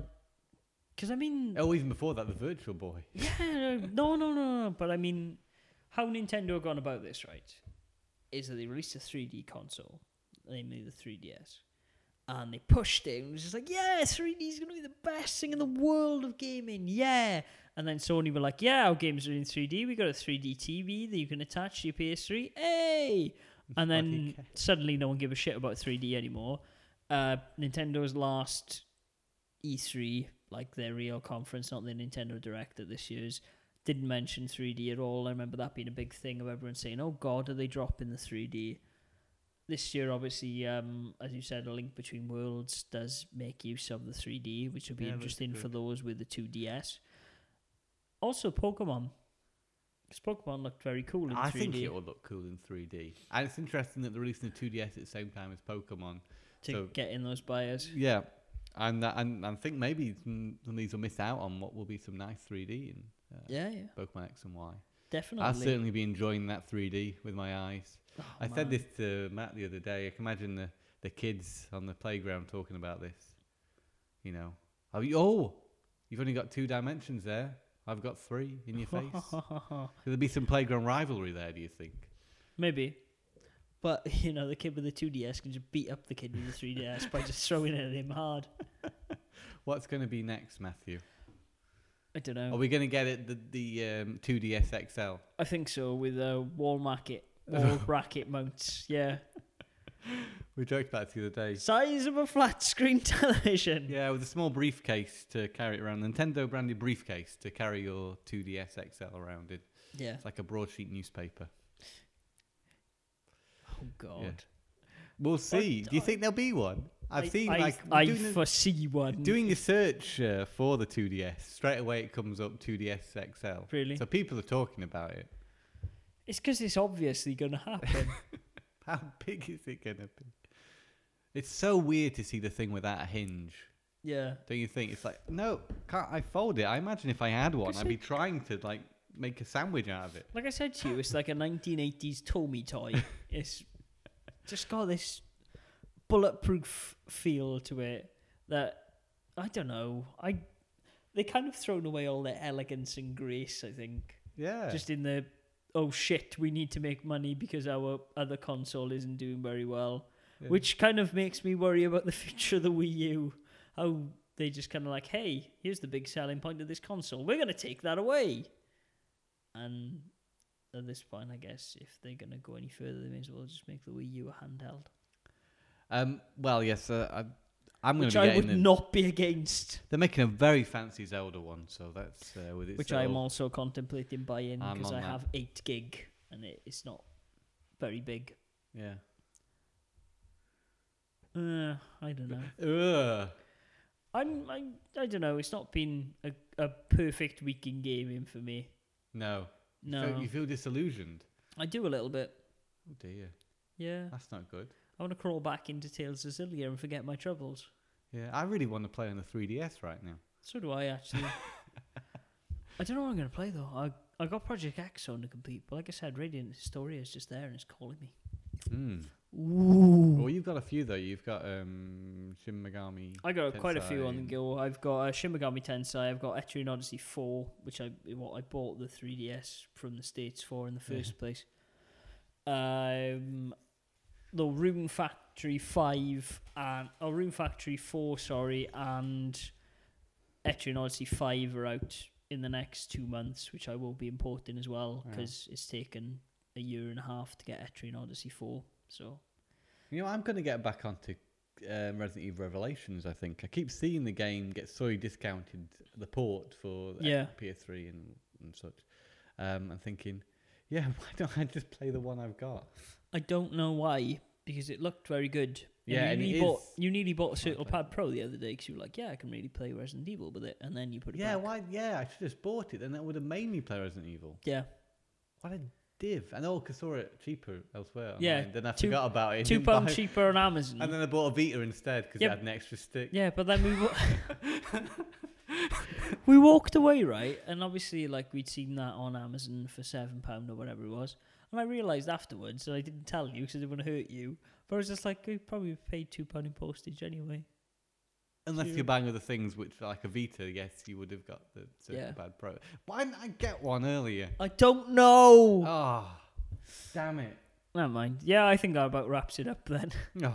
Speaker 2: Because I mean,
Speaker 1: oh, even before that, the Virtual Boy.
Speaker 2: yeah, no, no, no, no. But I mean, how Nintendo have gone about this, right? Is that they released a 3D console, namely the 3DS, and they pushed it and it was just like, yeah, 3D is gonna be the best thing in the world of gaming, yeah. And then Sony were like, yeah, our games are in 3D. We got a 3D TV that you can attach to your PS3. Hey! And
Speaker 1: Bloody
Speaker 2: then
Speaker 1: ca-
Speaker 2: suddenly no one gave a shit about 3D anymore. Uh, Nintendo's last E3, like their real conference, not the Nintendo Direct that this year's, didn't mention 3D at all. I remember that being a big thing of everyone saying, "Oh God, are they dropping the 3D?" This year, obviously, um, as you said, a link between worlds does make use of the 3D, which will be
Speaker 1: Yeah, that's
Speaker 2: interesting for
Speaker 1: good.
Speaker 2: those with the 2DS. Also, Pokemon. 'Cause Pokemon looked very cool in
Speaker 1: I
Speaker 2: 3D.
Speaker 1: think it will look cool in 3D, and it's interesting that they're releasing the 2DS at the same time as Pokemon.
Speaker 2: to
Speaker 1: so-
Speaker 2: get in those buyers.
Speaker 1: Yeah, and that, and, and I think maybe some some of these will miss out on what will be some nice 3D in uh,
Speaker 2: Yeah, yeah,
Speaker 1: Pokemon X and Y.
Speaker 2: definitely.
Speaker 1: I'll certainly be enjoying that 3D with my eyes.
Speaker 2: Oh,
Speaker 1: I
Speaker 2: man.
Speaker 1: said this to Matt the other day. I can imagine the, the kids on the playground talking about this. You know, oh, you, oh, you've only got two dimensions there. I've got three in your face. There'll be some playground rivalry there, do you think?
Speaker 2: Maybe. But, you know, the kid with the 2DS can just beat up the kid with the 3DS by just throwing it at him hard.
Speaker 1: What's going to be next, Matthew?
Speaker 2: I don't know.
Speaker 1: Are we going to get it the, the um, 2DS XL?
Speaker 2: uh, I think so, with a wall market, wall bracket mounts. Yeah.
Speaker 1: We joked about it the other day.
Speaker 2: Size of a flat screen television.
Speaker 1: Yeah, with a small briefcase to carry it around. Nintendo branded briefcase to carry your 2DS XL around in.
Speaker 2: Yeah.
Speaker 1: It's like a broadsheet newspaper.
Speaker 2: Oh God.
Speaker 1: We'll see. Do you think there'll be one? I've
Speaker 2: I-
Speaker 1: seen
Speaker 2: I,
Speaker 1: like
Speaker 2: I
Speaker 1: doing, a,
Speaker 2: foresee one.
Speaker 1: doing a search uh, for the 2DS. Straight away it comes up 2DS XL.
Speaker 2: Really?
Speaker 1: So people are talking about it.
Speaker 2: It's because it's obviously going to happen.
Speaker 1: How big is it gonna be? It's so weird to see the thing without a hinge.
Speaker 2: yeah.
Speaker 1: Don't you think? It's like, no, can't I fold it? I imagine if I had one,
Speaker 2: Because
Speaker 1: I'd be trying to like make a sandwich out of it.
Speaker 2: Like I said to you, it's like a 1980s Tommy toy. It's just got this bulletproof feel to it that I don't know. I they kind of thrown away all their elegance and grace. I think
Speaker 1: Yeah.
Speaker 2: just in the oh shit, we need to make money because our other console isn't doing very well,
Speaker 1: Yeah.
Speaker 2: which kind of makes me worry about the future of the Wii U. How they just kind of like, hey, here's the big selling point of this console. We're gonna take that away. And at this point, I guess if they're gonna go any further, they may as well just make the Wii U a handheld,
Speaker 1: Um, well, yes, uh, I, I'm going
Speaker 2: which
Speaker 1: to be
Speaker 2: I
Speaker 1: getting
Speaker 2: would
Speaker 1: them.
Speaker 2: not be against.
Speaker 1: They're making a very fancy Zelda one, so that's uh, with its.
Speaker 2: which I'm
Speaker 1: little-
Speaker 2: also contemplating buying
Speaker 1: I'm
Speaker 2: because
Speaker 1: on
Speaker 2: I
Speaker 1: that.
Speaker 2: have eight gig and it, it's not very big.
Speaker 1: Yeah.
Speaker 2: Uh, I don't know.
Speaker 1: Ugh.
Speaker 2: I'm, I'm I don't know. It's not been a, a perfect week in gaming for me.
Speaker 1: No. You
Speaker 2: No,
Speaker 1: feel- you feel disillusioned.
Speaker 2: I do a little bit.
Speaker 1: Oh dear,
Speaker 2: Yeah,
Speaker 1: that's not good.
Speaker 2: I want to crawl back into Tales of Zillia and forget my troubles.
Speaker 1: Yeah, I really want to play on the 3DS right now.
Speaker 2: So do I actually. I don't know what I'm going to play though. I I got Project X on to complete, but like I said, Radiant Historia is just there and it's calling me.
Speaker 1: Mm.
Speaker 2: Ooh.
Speaker 1: Well, you've got a few though. You've got um, Shin Megami.
Speaker 2: I got quite a few
Speaker 1: Tensei
Speaker 2: on the
Speaker 1: and-
Speaker 2: go. I've got uh, Shin Megami Tensei. I've got Etrian Odyssey Four, which I what I bought the 3DS from the states for in the
Speaker 1: Yeah.
Speaker 2: first place. Um, the Rune Factory Five and oh, Rune Factory Four, sorry, and Etrian Odyssey Five are out in the next two months, which I will be importing as well
Speaker 1: Yeah.
Speaker 2: because it's taken a year and a half to get Etrian Odyssey Four. So
Speaker 1: You know, I'm going to get back onto um, Resident Evil Revelations. I think I keep seeing the game get sorely discounted, the port for the
Speaker 2: Yeah.
Speaker 1: PS3 and, and such. Um, I'm thinking, yeah, why don't I just play the one I've got?
Speaker 2: I don't know why, because it looked very good.
Speaker 1: Yeah,
Speaker 2: you
Speaker 1: and it
Speaker 2: nearly bought
Speaker 1: is
Speaker 2: you nearly bought a
Speaker 1: quite
Speaker 2: Circle
Speaker 1: clever.
Speaker 2: Pad Pro the other day because you were like, "Yeah, I can really play Resident Evil with it," and then you put it
Speaker 1: yeah,
Speaker 2: back.
Speaker 1: why? Yeah, I should have just bought it, then that would have made me play Resident Evil.
Speaker 2: yeah,
Speaker 1: What a div! And oh, 'cause I saw it cheaper elsewhere.
Speaker 2: Yeah,
Speaker 1: online. then I
Speaker 2: two-
Speaker 1: forgot about it. and
Speaker 2: two
Speaker 1: didn't buy
Speaker 2: pound
Speaker 1: it.
Speaker 2: cheaper on Amazon.
Speaker 1: And then I bought a Vita instead because
Speaker 2: Yeah,
Speaker 1: it had an extra stick.
Speaker 2: yeah, but then we wa- we walked away right, and obviously like we'd seen that on Amazon for seven pound or whatever it was, and I realised afterwards, and I didn't tell you because I didn't want to hurt you, but I was just like, we probably paid two pound in postage anyway.
Speaker 1: Unless
Speaker 2: Two.
Speaker 1: you're buying other things, which like a Vita, yes, you would have got the Circle
Speaker 2: Yeah.
Speaker 1: Pad Pro. Why didn't I get one earlier?
Speaker 2: I don't know.
Speaker 1: Oh, damn it.
Speaker 2: Never mind. Yeah, I think that about wraps it up then.
Speaker 1: Oh.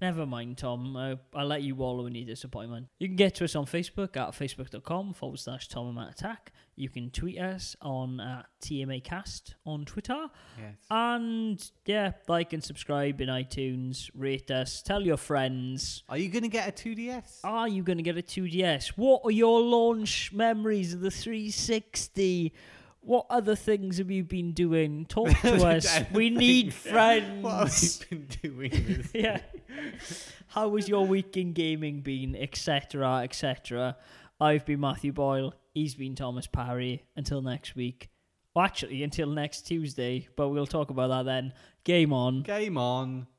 Speaker 2: Never mind, Tom. I, I'll let you wallow in your disappointment. You can get to us on Facebook at facebook.com forward slash Tom and Matt Attack. You can tweet us on uh, TMAcast on Twitter.
Speaker 1: Yes.
Speaker 2: And yeah, like and subscribe in iTunes, rate us, tell your friends.
Speaker 1: Are you going to get a 2DS?
Speaker 2: Are you going to get a 2DS? What are your launch memories of the 360? What other things have you been doing? Talk to us. we need friends.
Speaker 1: What have we been doing? This
Speaker 2: yeah. How was your week in gaming been, etc., etc. I've been Matthew Boyle. He's been Thomas Parry. Until next week. Well, actually, until next Tuesday, but we'll talk about that then. Game on.
Speaker 1: Game on.